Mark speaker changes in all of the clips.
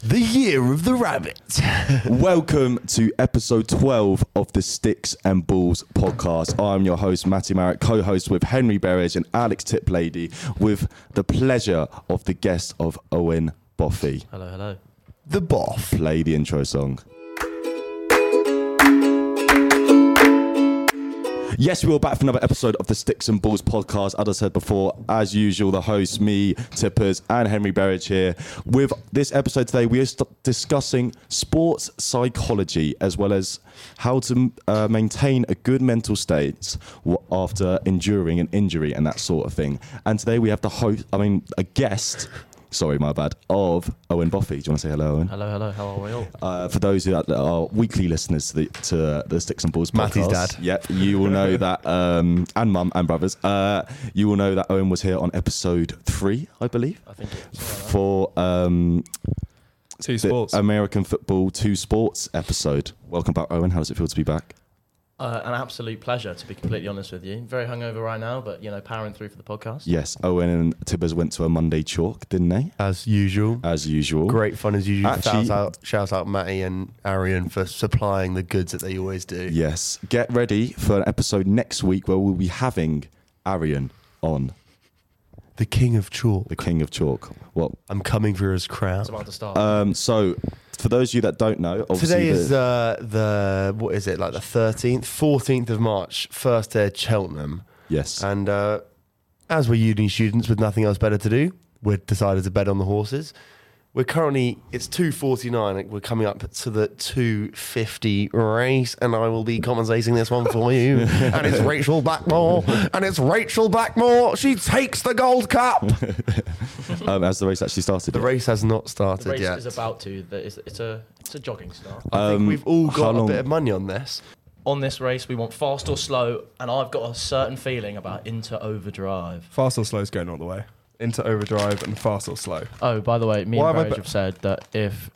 Speaker 1: The year of the rabbit.
Speaker 2: Welcome to episode 12 of the Sticks and Balls podcast. I'm your host, Matty Marrett, co host with Henry Berries and Alex Tiplady, with the pleasure of the guest of Owen Boffy.
Speaker 3: Hello, hello.
Speaker 1: The boff.
Speaker 2: Play the intro song. Yes, we are back for another episode of the Sticks and Balls podcast. As I said before, as usual, the hosts, me, Tippers, and Henry Berridge here. With this episode today, we are st- discussing sports psychology as well as how to uh, maintain a good mental state w- after enduring an injury and that sort of thing. And today we have the host, I mean, a guest. Sorry, my bad. Of Owen Boffy. Do you want to say hello, Owen?
Speaker 3: Hello, hello. How are we all?
Speaker 2: Uh, for those who are- that are weekly listeners to the, to uh, the Sticks and Balls podcast,
Speaker 1: Matty's dad.
Speaker 2: Yep, you will know that, um, and mum and brothers. Uh, you will know that Owen was here on episode three, I believe,
Speaker 3: I think it's
Speaker 2: for um,
Speaker 4: Two
Speaker 2: the
Speaker 4: sports.
Speaker 2: American football two sports episode. Welcome back, Owen. How does it feel to be back?
Speaker 3: uh, an absolute pleasure, to be completely honest with you. Very hungover right now, but you know, powering through for the podcast.
Speaker 2: Yes, Owen and Tibbers went to a Monday chalk, didn't they?
Speaker 1: As usual.
Speaker 2: As usual.
Speaker 5: Great fun as usual.
Speaker 2: Actually-
Speaker 5: Shouts out, shouts out Matty and Arian for supplying the goods that they always do.
Speaker 2: Yes. Get ready for an episode next week where we'll be having Arian on,
Speaker 5: The king of chalk.
Speaker 2: the king of chalk. What
Speaker 5: I'm coming for his crown.
Speaker 3: It's about to
Speaker 4: Uh,
Speaker 3: start.
Speaker 2: Um, so, for those of you that don't know, obviously
Speaker 5: Today
Speaker 2: the-
Speaker 5: is uh, the what is it like the 13th, 14th of March, first day at Cheltenham,
Speaker 2: yes,
Speaker 5: and uh, as we're uni students with nothing else better to do, we decided to bet on the horses. We're currently it's 2:49. We're coming up to the 2:50 race, and I will be compensating this one for you. and it's Rachel Blackmore, and it's Rachel Blackmore. She takes the gold cup.
Speaker 2: um, as the race actually started.
Speaker 5: The race has not started
Speaker 3: the race
Speaker 5: yet.
Speaker 3: is about to. The, it's, it's a it's a jogging start. Uh,
Speaker 5: I think we've all
Speaker 2: Um, how
Speaker 5: got a
Speaker 2: long-
Speaker 5: bit of money on this.
Speaker 3: On this race, we want fast or slow, and I've got a certain feeling about into overdrive.
Speaker 4: Fast or slow is going all the way. Into overdrive and fast or slow.
Speaker 3: Oh, by the way, me
Speaker 4: Why
Speaker 3: and
Speaker 4: have I
Speaker 3: Barrage
Speaker 4: put-
Speaker 3: have said that if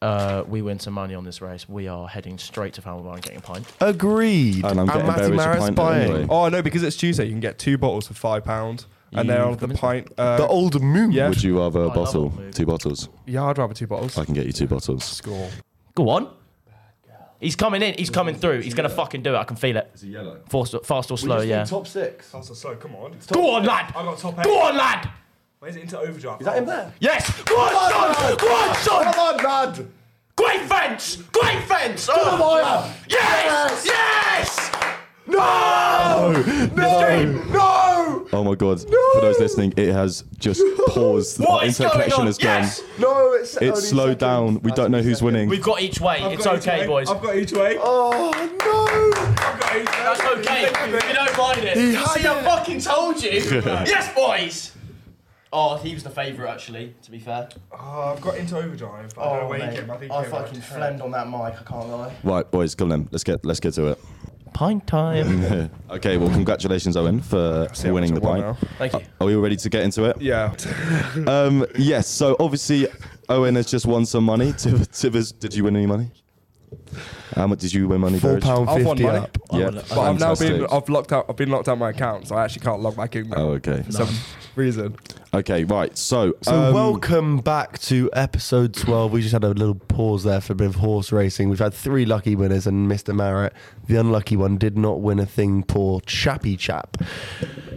Speaker 3: uh, we win some money on this race, we are heading straight to Falmouth and getting a pint.
Speaker 5: Agreed.
Speaker 2: And I'm getting Barry's
Speaker 5: Marra's
Speaker 2: appointment anyway.
Speaker 4: Oh no, because it's Tuesday, you can get two bottles for five pound, and
Speaker 3: You
Speaker 4: they're of the
Speaker 3: promised
Speaker 4: pint. Uh,
Speaker 5: The old moon.
Speaker 4: Yeah.
Speaker 2: Would you rather a
Speaker 3: love
Speaker 2: bottle?
Speaker 3: that movie.
Speaker 2: Two bottles.
Speaker 4: yeah, I'd rather two bottles.
Speaker 2: I can get you two bottles.
Speaker 4: Score.
Speaker 3: Go on. He's coming in. He's coming through. He's gonna fucking do it. I can feel it.
Speaker 2: Is it yellow?
Speaker 3: Fast or, fast or slow, yeah.
Speaker 5: Top six.
Speaker 4: Fast or slow. Come on.
Speaker 3: Go on, lad.
Speaker 4: I got top eight.
Speaker 3: Go on, lad.
Speaker 4: Where's it into overdrive? Is
Speaker 5: that him there?
Speaker 3: Yes! Go on, son! Go on, son!
Speaker 5: Come on, lad.
Speaker 3: Great fence! Great fence!
Speaker 5: Come
Speaker 3: Oh.
Speaker 5: on, lad.
Speaker 3: Yes! Yes!
Speaker 5: No. No. No.
Speaker 2: Oh my god! For those listening, it has just paused.
Speaker 3: What
Speaker 2: the internet
Speaker 3: is going
Speaker 2: connection
Speaker 3: on?
Speaker 2: has
Speaker 3: Yes!
Speaker 2: gone.
Speaker 5: No. It's, only
Speaker 2: It's
Speaker 5: second.
Speaker 2: slowed down. We don't know who's winning.
Speaker 3: We've got each way. it's okay, boys.
Speaker 4: I've got each way.
Speaker 5: Oh no.
Speaker 4: I've got each way.
Speaker 3: That's okay. you don't mind it.
Speaker 5: He had
Speaker 3: See, I
Speaker 5: it.
Speaker 3: fucking told you. yes, boys! Oh, he was the favourite, actually, to be fair. Oh,
Speaker 4: Oh, I've got into overdrive. But
Speaker 5: Oh,
Speaker 4: I don't know where you came. I think you came about ten.
Speaker 3: on that mic, I can't lie.
Speaker 2: Right, boys, come on. then. Let's get let's get to it.
Speaker 3: Pint time.
Speaker 2: Okay. Well, congratulations, Owen, for
Speaker 4: how
Speaker 2: winning the
Speaker 4: much I won
Speaker 2: pint.
Speaker 4: now.
Speaker 3: Thank you.
Speaker 2: Are we all ready to get into it?
Speaker 4: Yeah.
Speaker 2: Um, yes. So obviously, Owen has just won some money. Tiv- Tivers, did you win any money? How much did you win money?
Speaker 5: Four
Speaker 2: Burridge?
Speaker 5: pound
Speaker 4: I've won
Speaker 5: fifty
Speaker 4: money.
Speaker 5: up.
Speaker 2: Yeah,
Speaker 4: But I've now
Speaker 2: fantastic.
Speaker 4: been I've locked out I've been locked out my account, so I actually can't log back in now
Speaker 2: Oh, okay.
Speaker 4: for some reason.
Speaker 2: Okay, right. So,
Speaker 5: So
Speaker 2: um,
Speaker 5: welcome back to episode twelve. We just had a little pause there for a bit of horse racing. We've had three lucky winners, and Mr. Marrett, the unlucky one, did not win a thing. Poor chappy chap.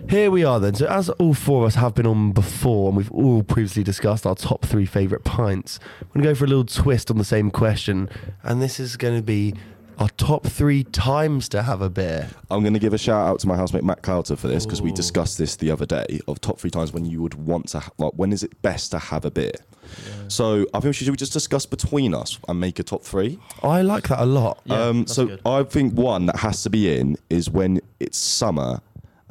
Speaker 5: Here we are then. So as all four of us have been on before, and we've all previously discussed our top three favourite pints, we're gonna go for a little twist on the same question, and this is gonna be our top three times to have a beer.
Speaker 2: I'm going to give a shout out to my housemate Matt Clouter for this
Speaker 4: Oh.
Speaker 2: because we discussed this the other day of top three times when you would want to, ha- like, when is it best to have a beer? So, I think we should should we just discuss between us and make a top three.
Speaker 5: I like that a lot.
Speaker 3: Yeah,
Speaker 2: um,
Speaker 3: that's
Speaker 2: so,
Speaker 3: good.
Speaker 2: I think one that has to be in is when it's summer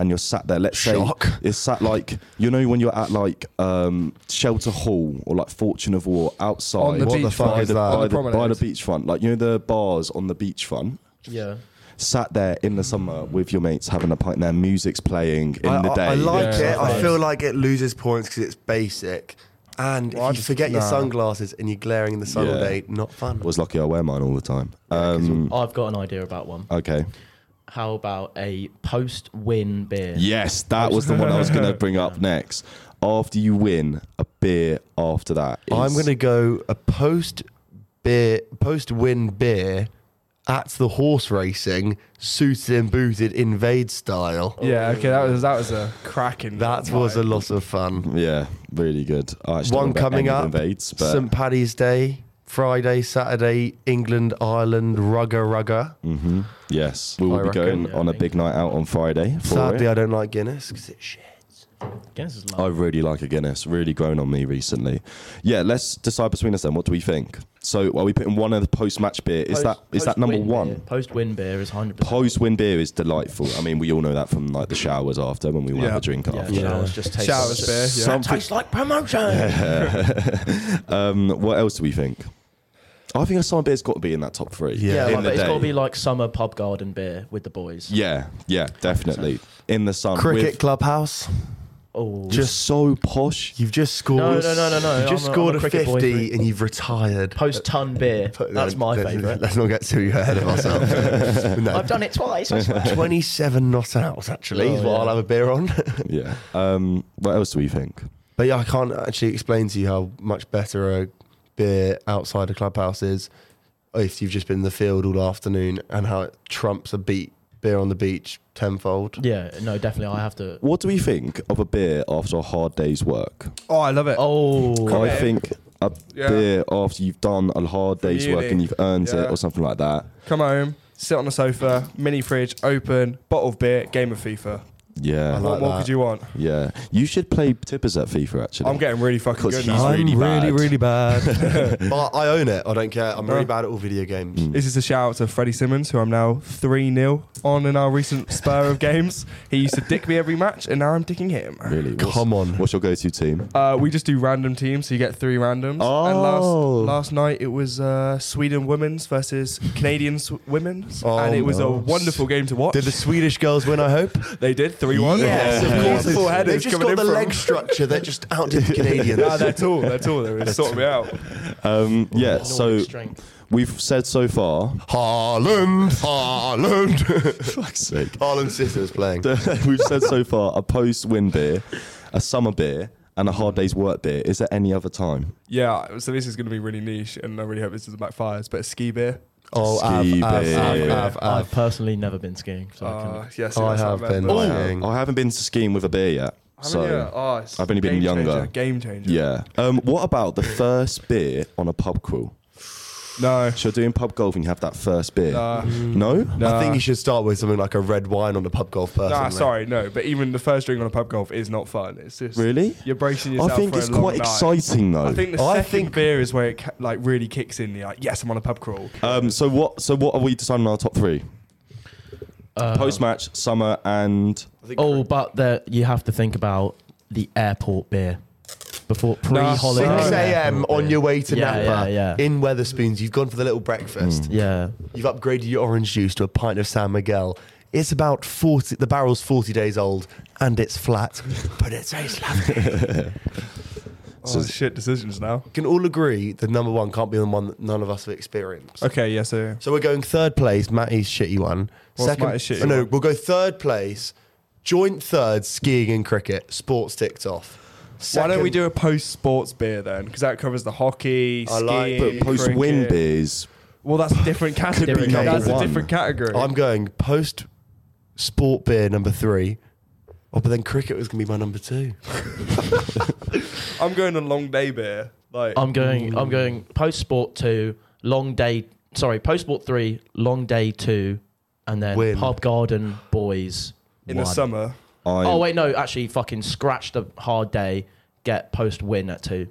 Speaker 2: and you're sat there. Let's
Speaker 5: Shock.
Speaker 2: say it's sat like you know when you're at like um, Shelter Hall or like Fortune of War outside
Speaker 4: On the
Speaker 5: What the
Speaker 4: beach
Speaker 5: fuck
Speaker 4: bar.
Speaker 5: is that? On
Speaker 2: by
Speaker 4: the
Speaker 2: the, by the
Speaker 4: promenade.
Speaker 2: beachfront, like you know the bars on the beachfront
Speaker 3: Yeah.
Speaker 2: sat there in the summer with your mates having a pint there, music's playing in
Speaker 5: I,
Speaker 2: the
Speaker 5: I-
Speaker 2: day.
Speaker 5: I like
Speaker 4: Yeah.
Speaker 5: it. I feel like it loses points because it's basic. And
Speaker 4: Well, I
Speaker 5: if you
Speaker 4: just-
Speaker 5: forget your
Speaker 4: nah.
Speaker 5: sunglasses and you're glaring in the sun all
Speaker 2: Yeah.
Speaker 5: day, not fun.
Speaker 2: Was lucky I wear mine all the time. Um,
Speaker 3: I've got an idea about one.
Speaker 2: okay.
Speaker 3: How about a post win beer?
Speaker 2: Yes, that was the one I was going to bring up next. after you win a beer after that. is-
Speaker 5: I'm going to go a post beer, post win beer at the horse racing, suited and booted, invade style.
Speaker 4: Yeah, okay, that was that was a cracking.
Speaker 5: That was a lot of fun.
Speaker 2: Yeah, really good. I actually don't
Speaker 5: One
Speaker 2: remember
Speaker 5: coming
Speaker 2: any of
Speaker 5: up,
Speaker 2: Invades, but
Speaker 5: St. Paddy's Day, Friday, Saturday, England, Ireland, rugger, rugger.
Speaker 2: Mhm. yes, we will
Speaker 5: I
Speaker 2: be
Speaker 5: reckon.
Speaker 2: going on a big night out on Friday. For
Speaker 5: Sadly,
Speaker 2: it.
Speaker 5: I don't like Guinness because it's shit.
Speaker 3: Guinness is
Speaker 2: I
Speaker 3: love.
Speaker 2: really like a Guinness. Really grown on me recently. Yeah, let's decide between us then. What do we think? So, are we putting one of the post-match beer? Is that is that number one?
Speaker 3: Post win beer is hundred percent.
Speaker 2: Post win beer is delightful. I mean, we all know that from like the showers after when we will have
Speaker 4: Yeah.
Speaker 2: a drink
Speaker 3: Yeah,
Speaker 2: after.
Speaker 3: showers just taste
Speaker 4: Showers beer, yeah.
Speaker 3: That tastes like promotion. Yeah.
Speaker 2: Um, what else do we think? I think a summer beer's got to be in that top three.
Speaker 5: Yeah,
Speaker 2: in the
Speaker 3: like, but it's got
Speaker 2: day.
Speaker 3: to be like summer pub garden beer with the boys.
Speaker 2: yeah, yeah, definitely in the sun.
Speaker 5: Cricket
Speaker 2: with-
Speaker 5: clubhouse.
Speaker 3: Oh,
Speaker 2: just so posh.
Speaker 5: You've just scored.
Speaker 3: No, no, no, no, no.
Speaker 5: You just
Speaker 3: I'm a-
Speaker 5: scored
Speaker 3: I'm a
Speaker 5: a,
Speaker 3: cricket boy
Speaker 5: 50
Speaker 3: through-
Speaker 5: and you've retired.
Speaker 3: post ton beer. That's my
Speaker 5: Let's-
Speaker 3: favourite.
Speaker 5: Let's not get too ahead of ourselves. no.
Speaker 3: I've done it twice. I swear.
Speaker 5: 27 not out, actually, is
Speaker 3: Oh,
Speaker 5: what
Speaker 3: yeah.
Speaker 5: I'll have a beer on.
Speaker 2: Yeah. Um, what else do we think?
Speaker 5: but yeah, I can't actually explain to you how much better a beer outside a clubhouse is if you've just been in the field all afternoon and how it trumps a beat beer on the beach tenfold.
Speaker 3: yeah, no, definitely. I have to.
Speaker 2: What do we think of a beer after a hard day's work?
Speaker 4: Oh, I love it.
Speaker 3: Oh,
Speaker 2: I think a
Speaker 4: Yeah.
Speaker 2: beer after you've done a hard day's
Speaker 4: uni.
Speaker 2: work and you've earned
Speaker 4: Yeah.
Speaker 2: it or something like that.
Speaker 4: Come home, sit on the sofa, mini fridge, open, bottle of beer, game of FIFA.
Speaker 2: Yeah,
Speaker 5: I
Speaker 4: what
Speaker 5: like
Speaker 4: more
Speaker 5: that.
Speaker 4: could you want?
Speaker 2: yeah. You should play tippers at FIFA actually.
Speaker 4: I'm getting really fucking
Speaker 2: 'Cause
Speaker 4: good
Speaker 2: he's
Speaker 4: now.
Speaker 2: really bad.
Speaker 5: bad. but I own it. I don't care. I'm really bad at all video games.
Speaker 4: This is a shout out to Freddie Simmons, who I'm now 3 0 on in our recent spur of games. He used to dick me every match, and now I'm dicking him.
Speaker 2: really.
Speaker 3: Mm.
Speaker 2: What's,
Speaker 5: Come on.
Speaker 2: What's your go-to team? Um,
Speaker 4: Uh, we just do random teams, so you get three randoms. And
Speaker 2: Oh.
Speaker 4: last, last night it was uh, Sweden women's versus Canadian s- women's,
Speaker 5: Oh,
Speaker 4: and it was a
Speaker 5: no.
Speaker 4: wonderful game to watch.
Speaker 5: Did the Swedish girls win, I hope?
Speaker 4: they did 3 1.
Speaker 5: Yes, of course.
Speaker 4: Beautiful
Speaker 5: They've
Speaker 4: headers
Speaker 5: just
Speaker 4: coming
Speaker 5: got
Speaker 4: in
Speaker 5: the
Speaker 4: from-
Speaker 5: leg structure. They're just outdid the Canadians.
Speaker 4: Nah, they're tall. They're tall. They're sorting me out. Oh,
Speaker 2: Um, yeah.
Speaker 3: Nordic
Speaker 2: So
Speaker 3: strength.
Speaker 2: we've said so far.
Speaker 5: Haaland, Haaland.
Speaker 2: Fuck's sake.
Speaker 5: Haaland's sister was playing.
Speaker 2: we've said so far a post-win beer, a summer beer, and a hard day's work beer. Is there any other time?
Speaker 4: Yeah, so this is going to be really niche, and I really hope this doesn't backfire. But a ski beer.
Speaker 5: Oh, Av,
Speaker 2: Ski
Speaker 5: Av,
Speaker 2: beer.
Speaker 5: Av, Av,
Speaker 3: I've
Speaker 5: Av.
Speaker 3: personally never been skiing, so I
Speaker 4: Uh,
Speaker 3: couldn't.
Speaker 4: yes,
Speaker 5: I
Speaker 4: yes,
Speaker 5: have been.
Speaker 4: remember.
Speaker 5: Oh,
Speaker 4: How
Speaker 5: Dang.
Speaker 2: I haven't been skiing with a beer yet.
Speaker 4: many
Speaker 2: so
Speaker 4: are- oh, it's
Speaker 2: I've only been
Speaker 4: game
Speaker 2: younger.
Speaker 4: changer, game changer.
Speaker 2: Yeah. Um, what about the first beer on a pub crawl?
Speaker 4: No.
Speaker 2: So doing pub golf and you have that first beer.
Speaker 4: Nah.
Speaker 2: no?
Speaker 4: Nah.
Speaker 5: I think you should start with something like a red wine on a pub golf person.
Speaker 4: Nah, sorry, no. But even the first drink on a pub golf is not fun. It's just
Speaker 2: Really?
Speaker 4: You're bracing
Speaker 2: I
Speaker 4: yourself.
Speaker 2: think
Speaker 4: for
Speaker 2: it's
Speaker 4: a long
Speaker 2: quite
Speaker 4: night.
Speaker 2: exciting though.
Speaker 4: I think the
Speaker 5: I
Speaker 4: second
Speaker 5: think-
Speaker 4: beer is where it ca- like really kicks in. You're like, yes, I'm on a pub crawl.
Speaker 2: um, so what so what are we deciding on our top three?
Speaker 3: Uh-huh.
Speaker 2: Post match, summer and
Speaker 3: uh, Oh, but the, you have to think about the airport beer before
Speaker 4: Nah,
Speaker 3: pre-holiday.
Speaker 5: 6
Speaker 4: No.
Speaker 5: a.m.
Speaker 3: airport
Speaker 5: on
Speaker 3: beer.
Speaker 5: your way to
Speaker 3: yeah,
Speaker 5: Napa
Speaker 3: Yeah, Mm. yeah,
Speaker 5: in Weatherspoons. You've gone for the little breakfast.
Speaker 3: yeah.
Speaker 5: You've upgraded your orange juice to a pint of San Miguel. It's about 40, the barrel's 40 days old and it's flat, but it tastes lovely.
Speaker 4: Oh, shit decisions now.
Speaker 5: can all agree the number one can't be the one that none of us have experienced.
Speaker 4: Okay, yeah, so
Speaker 5: So we're going third place, Matty's shitty one.
Speaker 4: What's Matty's shitty
Speaker 5: oh, no,
Speaker 4: one?
Speaker 5: we'll go third place, joint third, skiing and cricket. Sports ticked off.
Speaker 4: why don't we
Speaker 5: Second-
Speaker 4: do a post sports beer then? Because that covers the hockey,
Speaker 5: I like-
Speaker 4: skiing,
Speaker 2: but post win
Speaker 4: cricket.
Speaker 2: beers.
Speaker 4: Well, that's a different category.
Speaker 3: be number
Speaker 4: that's
Speaker 2: one.
Speaker 4: a different category.
Speaker 5: I'm going post sport beer number three. Oh, but then cricket was gonna be my number two.
Speaker 4: I'm going on long day beer. Like
Speaker 3: I'm going. I'm going. Post sport two, long day. Sorry, post sport three, long day two, and then
Speaker 5: Win.
Speaker 3: pub garden boys
Speaker 4: in
Speaker 3: one.
Speaker 4: the summer.
Speaker 2: I
Speaker 3: Oh wait, no, actually, fucking scratch the hard day. Get post win at two.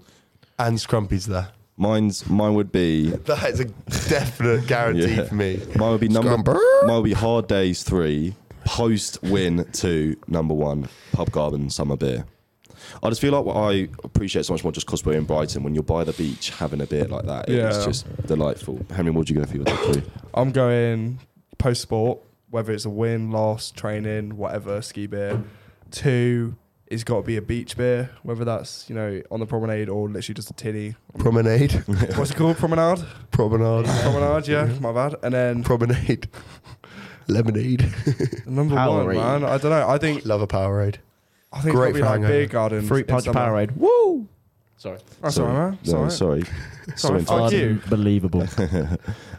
Speaker 5: And Scrumpy's there.
Speaker 2: mine's mine would be
Speaker 5: That is a definite guarantee
Speaker 2: Yeah.
Speaker 5: for me.
Speaker 2: Mine would be number.
Speaker 5: Scrumper.
Speaker 2: Mine would be hard days three, post win two, number one, pub garden summer beer. I just feel like what I appreciate so much more just because we're in Brighton. When you're by the beach having a beer like that, it's
Speaker 4: Yeah.
Speaker 2: just delightful. Henry, what would you go for your top three?
Speaker 4: I'm going post sport, whether it's a win, loss, training, whatever, ski beer. Two, it's got to be a beach beer, whether that's, you know, on the promenade or literally just a tinny.
Speaker 5: Promenade.
Speaker 4: What's it called? Promenade?
Speaker 5: Promenade.
Speaker 4: promenade, yeah,
Speaker 5: Mm-hmm.
Speaker 4: my bad. And then
Speaker 5: Promenade. Lemonade.
Speaker 4: number one,
Speaker 3: Powerade.
Speaker 4: man, I don't know. I think
Speaker 5: Love a Powerade.
Speaker 4: I think
Speaker 5: Great
Speaker 4: it's
Speaker 5: for
Speaker 4: probably like
Speaker 5: hangover.
Speaker 4: beer gardens.
Speaker 6: Fruit
Speaker 4: in
Speaker 6: punch
Speaker 4: summer.
Speaker 6: Powerade. Woo!
Speaker 3: Sorry.
Speaker 4: That's sorry, all right, man. That's all
Speaker 2: No,
Speaker 4: right.
Speaker 2: sorry.
Speaker 4: Sorry,
Speaker 2: Sorry.
Speaker 4: fuck you.
Speaker 6: Unbelievable.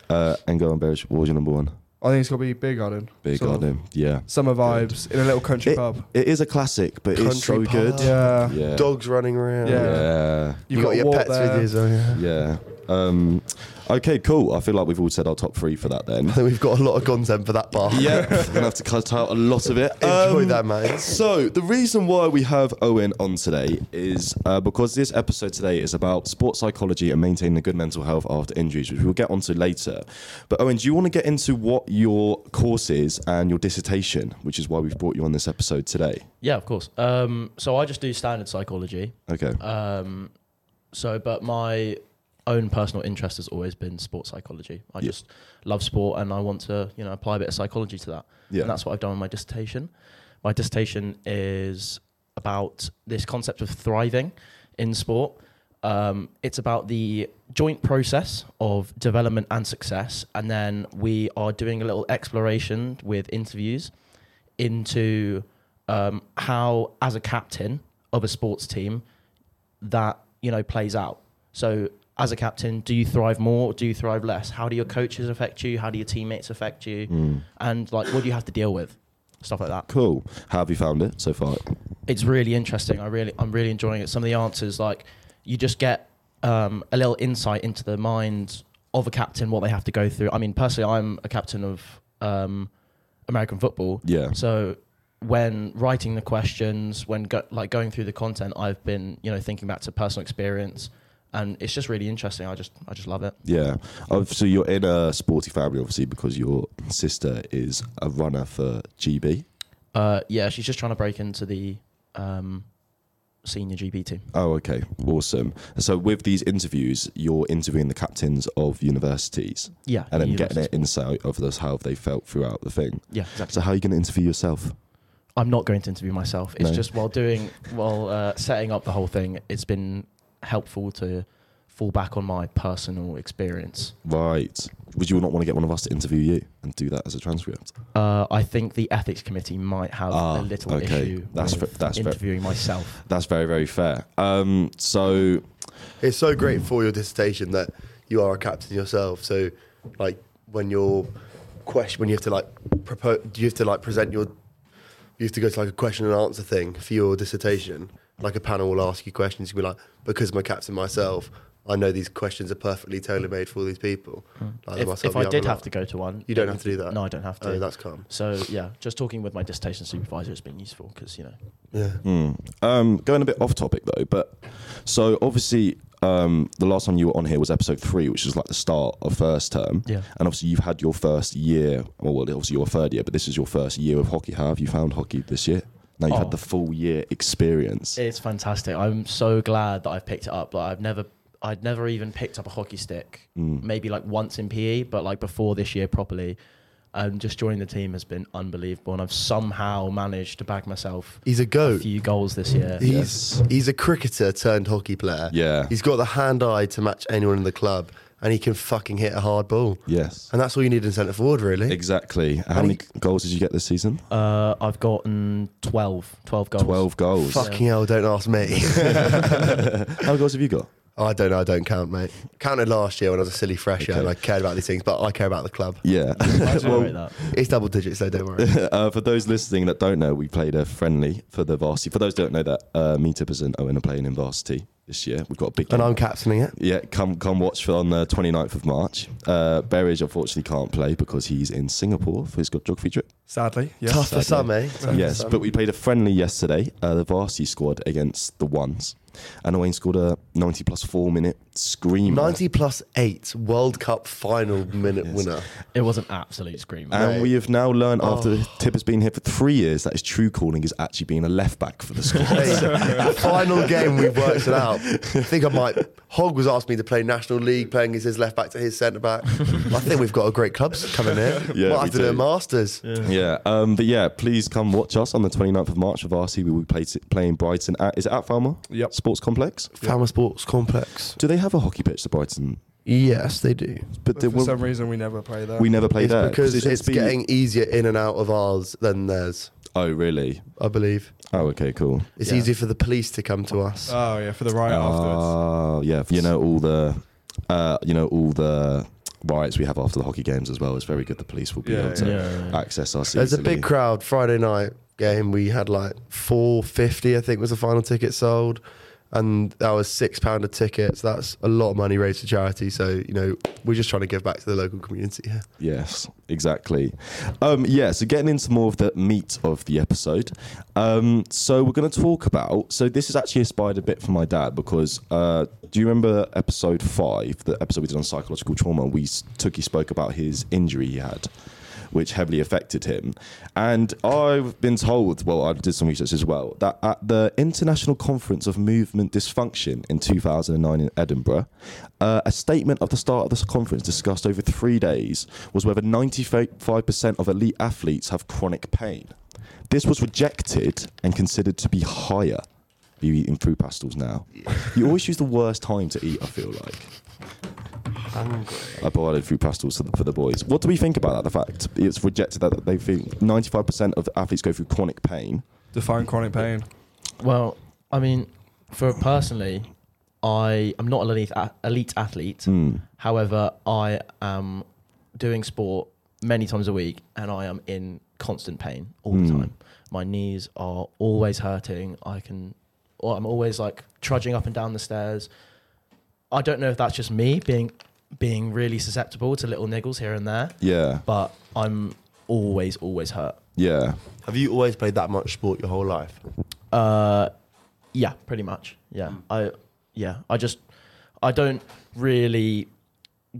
Speaker 2: Uh, and go on, Berridge. What was your number one?
Speaker 4: I think it's got to be beer garden.
Speaker 2: Big
Speaker 4: Sort of
Speaker 2: Garden. Yeah.
Speaker 4: Summer vibes in a little country pub.
Speaker 2: It is a classic, but it's so
Speaker 5: Country
Speaker 2: good.
Speaker 5: pub.
Speaker 4: Yeah.
Speaker 2: Yeah.
Speaker 5: Dogs running around.
Speaker 4: Yeah.
Speaker 2: Yeah.
Speaker 5: You, got, your pets with you, so yeah.
Speaker 2: Yeah. Um, okay, cool. I feel like we've all said our top three for that then.
Speaker 5: I think we've got a lot of content for that part.
Speaker 2: yeah, I'm gonna have to cut out a lot of it.
Speaker 5: Enjoy
Speaker 2: Um,
Speaker 5: that, mate.
Speaker 2: So the reason why we have Owen on today is uh, because this episode today is about sports psychology and maintaining a good mental health after injuries, which we'll get onto later. But Owen, do you want to get into what your course is and your dissertation, which is why we've brought you on this episode today?
Speaker 3: Yeah, of course. Um, so I just do standard psychology.
Speaker 2: Okay.
Speaker 3: Um, so, but my own personal interest has always been sports psychology. I
Speaker 2: Yeah.
Speaker 3: just love sport, and I want to, you know, apply a bit of psychology to that.
Speaker 2: Yeah.
Speaker 3: And that's what I've done in my dissertation. My dissertation is about this concept of thriving in sport. Um, it's about the joint process of development and success. And then we are doing a little exploration with interviews into um, how, as a captain of a sports team, that you know plays out. So as a captain, do you thrive more or do you thrive less? How do your coaches affect you? How do your teammates affect you?
Speaker 2: Mm.
Speaker 3: And like what do you have to deal with? Stuff like that.
Speaker 2: Cool. How have you found it so far?
Speaker 3: It's really interesting. I really I'm really enjoying it. Some of the answers like you just get um, a little insight into the mind of a captain, what they have to go through. I mean, personally I'm a captain of um, American football.
Speaker 2: Yeah.
Speaker 3: So when writing the questions, when go, like going through the content, I've been you know thinking back to personal experience, and it's just really interesting. I just I just love it.
Speaker 2: Yeah. Oh, so you're in a sporty family, obviously, because your sister is a runner for GB.
Speaker 3: Uh, yeah, she's just trying to break into the um, senior GB team.
Speaker 2: Oh, okay. Awesome. So with these interviews, you're interviewing the captains of universities
Speaker 3: Yeah,
Speaker 2: and then
Speaker 3: university
Speaker 2: getting an
Speaker 3: sport.
Speaker 2: insight of this, how they felt throughout the thing.
Speaker 3: Yeah, exactly.
Speaker 2: So how are you going to interview yourself?
Speaker 3: I'm not going to interview myself. It's
Speaker 2: No.
Speaker 3: just while doing while uh, setting up the whole thing, it's been helpful to fall back on my personal experience.
Speaker 2: Right. Would you not want to get one of us to interview you and do that as a transcript?
Speaker 3: Uh, I think the ethics committee might have
Speaker 2: Ah,
Speaker 3: a little
Speaker 2: okay.
Speaker 3: issue
Speaker 2: That's
Speaker 3: with
Speaker 2: fa- that's fa-
Speaker 3: interviewing myself.
Speaker 2: That's very, very fair. Um, so
Speaker 5: It's so great for your dissertation that you are a captain yourself. So, like when you're question, when you have to like propose, you have to like present your, you have to go to like a question and answer thing for your dissertation. Like a panel will ask you questions. You'll be like, because I'm a captain myself, I know these questions are perfectly tailor made for all these people. Like,
Speaker 3: Hmm. if,
Speaker 5: myself
Speaker 3: if I
Speaker 5: being
Speaker 3: did
Speaker 5: able
Speaker 3: have to go to one,
Speaker 5: You don't
Speaker 3: it
Speaker 5: have
Speaker 3: would-
Speaker 5: to do that.
Speaker 3: No, I don't have to.
Speaker 5: Oh, that's calm.
Speaker 3: so yeah, just talking with my dissertation supervisor has been useful because you know.
Speaker 5: Yeah.
Speaker 2: Hmm. Um, going a bit off topic though, but so obviously um, the last time you were on here was episode three, which was like the start of first term.
Speaker 3: Yeah.
Speaker 2: And obviously you've had your first year, well, well, obviously your third year, but this is your first year of hockey. How have you found hockey this year? Now you've
Speaker 3: Oh.
Speaker 2: had the full year experience.
Speaker 3: It's fantastic. I'm so glad that I've picked it up. Like I've never, I'd never even picked up a hockey stick.
Speaker 2: Mm.
Speaker 3: Maybe like once in PE, but like before this year properly. And just joining the team has been unbelievable, and I've somehow managed to bag myself
Speaker 5: He's a
Speaker 3: a
Speaker 5: goat.
Speaker 3: few goals this year.
Speaker 5: He's he's a cricketer turned hockey player.
Speaker 2: Yeah.
Speaker 5: He's got the hand eye to match anyone in the club, and he can fucking hit a hard ball.
Speaker 2: yes.
Speaker 5: And that's all you need in centre forward, really.
Speaker 2: Exactly. How many goals did you get this season?
Speaker 3: Uh, I've gotten 12, 12 goals.
Speaker 2: 12 goals.
Speaker 5: Fucking hell, don't ask me.
Speaker 2: How many goals have you got?
Speaker 5: I don't know, I don't count, mate. Counted last year when I was a silly fresher and I cared about these things, but I care about the club.
Speaker 2: Yeah.
Speaker 3: Celebrate that.
Speaker 5: It's double digits, so don't worry.
Speaker 2: uh, for those listening that don't know, we played a friendly for the varsity. For those who don't know that, uh, me, Tippers, and Owen are playing in varsity this year. We've got a big game.
Speaker 5: and I'm captaining it.
Speaker 2: yeah, come come watch for on the 29th of March. Uh, Berridge unfortunately can't play because he's in Singapore for his geography trip.
Speaker 4: Sadly, yes.
Speaker 5: Tough for some, eh?
Speaker 2: yes, but we played a friendly yesterday, uh, the varsity squad against the ones. And Owen scored a 90 plus four minute screamer.
Speaker 5: 90 plus 8, World Cup final minute winner.
Speaker 3: It was an absolute scream.
Speaker 2: And
Speaker 5: Mate.
Speaker 2: we have now learned after Tipper's been here for three years that his true calling is actually being a left back for the squad.
Speaker 5: Hey, the final game we've worked it out. I think I might. Hogg was asking me to play National League, playing as his left back to his centre back. I think we've got a great club coming here.
Speaker 2: Yeah,
Speaker 5: might
Speaker 2: we
Speaker 5: have to do a
Speaker 2: do.
Speaker 5: Masters.
Speaker 2: yeah, um, but yeah, please come watch us on the 29th of March for varsity. We will be play playing Brighton at, is it at Falmer?
Speaker 4: Yep.
Speaker 2: Sports Complex.
Speaker 5: Farmer Sports Complex.
Speaker 2: Do they have a hockey pitch to Brighton?
Speaker 5: Yes, they do.
Speaker 2: But,
Speaker 4: But
Speaker 2: they-
Speaker 4: for
Speaker 2: we-
Speaker 4: some reason, we never play there.
Speaker 2: we never play
Speaker 5: It's
Speaker 2: there.
Speaker 5: because
Speaker 2: it
Speaker 5: it's
Speaker 2: should be-
Speaker 5: getting easier in and out of ours than theirs.
Speaker 2: Oh, really?
Speaker 5: I believe.
Speaker 2: Oh, okay, cool.
Speaker 5: It's
Speaker 4: Yeah.
Speaker 5: easier for the police to come to us.
Speaker 4: Oh yeah, for the
Speaker 2: Uh,
Speaker 4: riot afterwards.
Speaker 2: Oh, yeah. You know all the, uh, you know all the riots we have after the hockey games as well. It's very good. The police will be
Speaker 4: Yeah,
Speaker 2: able to access us.
Speaker 5: There's a
Speaker 2: easily.
Speaker 5: big crowd Friday night game. We had like 450, I think was the final ticket sold. And that was six pound a ticket. So that's a lot of money raised for charity. So, you know, we're just trying to give back to the local community here.
Speaker 2: Yes, exactly. Um, yeah, so getting into more of the meat of the episode. Um, so we're going to talk about. So this is actually inspired a bit from my dad because uh, do you remember episode five, the episode we did on psychological trauma? We s- took he spoke about his injury he had. Which heavily affected him, and I've been told. Well, I did some research as well that at the International Conference of Movement Dysfunction in 2009 in Edinburgh, uh, a statement at the start of this conference discussed over three days was whether 95% of elite athletes have chronic pain. This was rejected and considered to be higher. You eating fruit pastels now. You always choose the worst time to eat. I feel like I provided fruit pastels for the, for the boys. What do we think about that? The fact it's rejected that they think 95% of athletes go through chronic pain.
Speaker 4: Define chronic pain.
Speaker 3: Well, I mean, for personally, I am not an elite a- elite athlete. However, I am doing sport many times a week, and I am in constant pain all the time. My knees are always hurting. I can, or I'm always like trudging up and down the stairs. I don't know if that's just me being being really susceptible to little niggles here and there,
Speaker 2: Yeah,
Speaker 3: but I'm always always hurt.
Speaker 2: yeah.
Speaker 5: Have you always played that much sport your whole life?
Speaker 3: Uh, yeah, pretty much. Yeah, I yeah, I just I don't really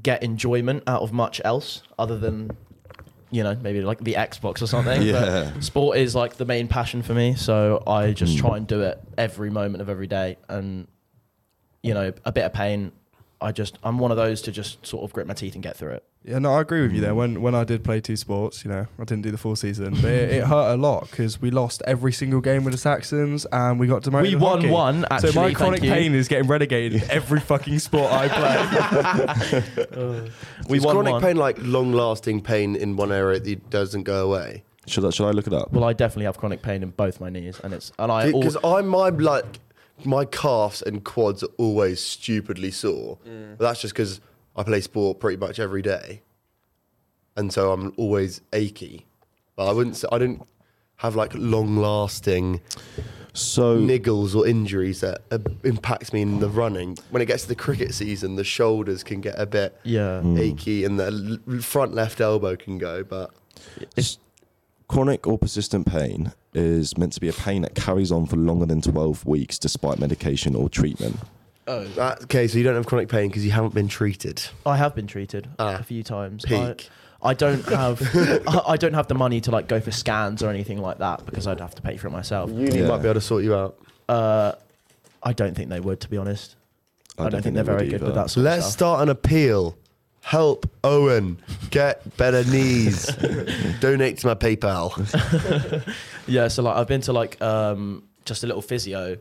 Speaker 3: get enjoyment out of much else other than you know maybe like the Xbox or something.
Speaker 2: Yeah.
Speaker 3: But sport is like the main passion for me, so I just try and do it every moment of every day, and you know a bit of pain. I just I'm one of those to just sort of grit my teeth and get through it.
Speaker 4: Yeah, no, I agree with you there. When when I did play two sports, you know, I didn't do the full season, but it, it hurt a lot because we lost every single game with the Saxons and we got demoted.
Speaker 3: We
Speaker 4: in
Speaker 3: won
Speaker 4: hockey.
Speaker 3: one, actually,
Speaker 4: so my
Speaker 3: thank
Speaker 4: chronic
Speaker 3: you.
Speaker 4: pain is getting relegated in every fucking sport I play.
Speaker 3: We
Speaker 5: is
Speaker 3: won
Speaker 5: chronic
Speaker 3: one.
Speaker 5: pain like long lasting pain in one area that doesn't go away?
Speaker 2: Should I, should I look it up?
Speaker 3: Well, I definitely have chronic pain in both my knees, and it's and I
Speaker 5: Because
Speaker 3: always
Speaker 5: I'm my like my calves and quads are always stupidly sore. But that's just because I play sport pretty much every day, and so I'm always achy. But I wouldn't. Say, I don't have like long-lasting Oh.
Speaker 2: So
Speaker 5: niggles or injuries that uh, impacts me in the running. When it gets to the cricket season, the shoulders can get a bit
Speaker 3: yeah.
Speaker 5: achy, and the l- front left elbow can go. But
Speaker 2: It's chronic or persistent pain is meant to be a pain that carries on for longer than 12 weeks despite medication or treatment.
Speaker 3: Oh,
Speaker 5: that, okay, so you don't have chronic pain because you haven't been treated.
Speaker 3: I have been treated
Speaker 5: Ah,
Speaker 3: a few times.
Speaker 5: peak.
Speaker 3: I, I don't have I, I don't have the money to like go for scans or anything like that because I'd have to pay for it myself.
Speaker 5: Uni
Speaker 2: Yeah.
Speaker 5: might be able to sort you out.
Speaker 3: Uh, I don't think they would, to be honest. I, don't, think, they're
Speaker 2: they
Speaker 3: very
Speaker 2: would
Speaker 3: good with
Speaker 2: either.
Speaker 3: that sort
Speaker 5: Let's
Speaker 3: of stuff.
Speaker 5: start an appeal. Help Owen get better knees. Donate to my PayPal.
Speaker 3: Yeah, so like I've been to like um, just a little physio.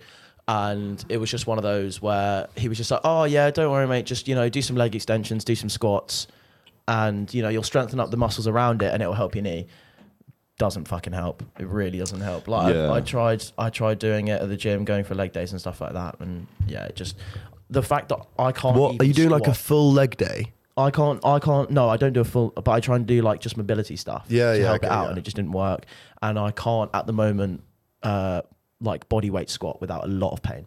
Speaker 3: And it was just one of those where he was just like, "Oh yeah, don't worry, mate. Just you know, do some leg extensions, do some squats, and you know, you'll strengthen up the muscles around it, and it will help your knee." Doesn't fucking help. It really doesn't help. Like
Speaker 2: Yeah.
Speaker 3: I, I tried, I tried doing it at the gym, going for leg days and stuff like that, and yeah, it just the fact that I can't.
Speaker 5: What are you doing? Like a
Speaker 3: I
Speaker 5: full leg day?
Speaker 3: I can't. I can't. No, I don't do a full. But I try and do like just mobility stuff.
Speaker 5: Yeah,
Speaker 3: to
Speaker 5: yeah,
Speaker 3: Help it
Speaker 5: okay,
Speaker 3: out,
Speaker 5: yeah.
Speaker 3: and it just didn't work. And I can't at the moment, uh, like body weight squat without a lot of pain.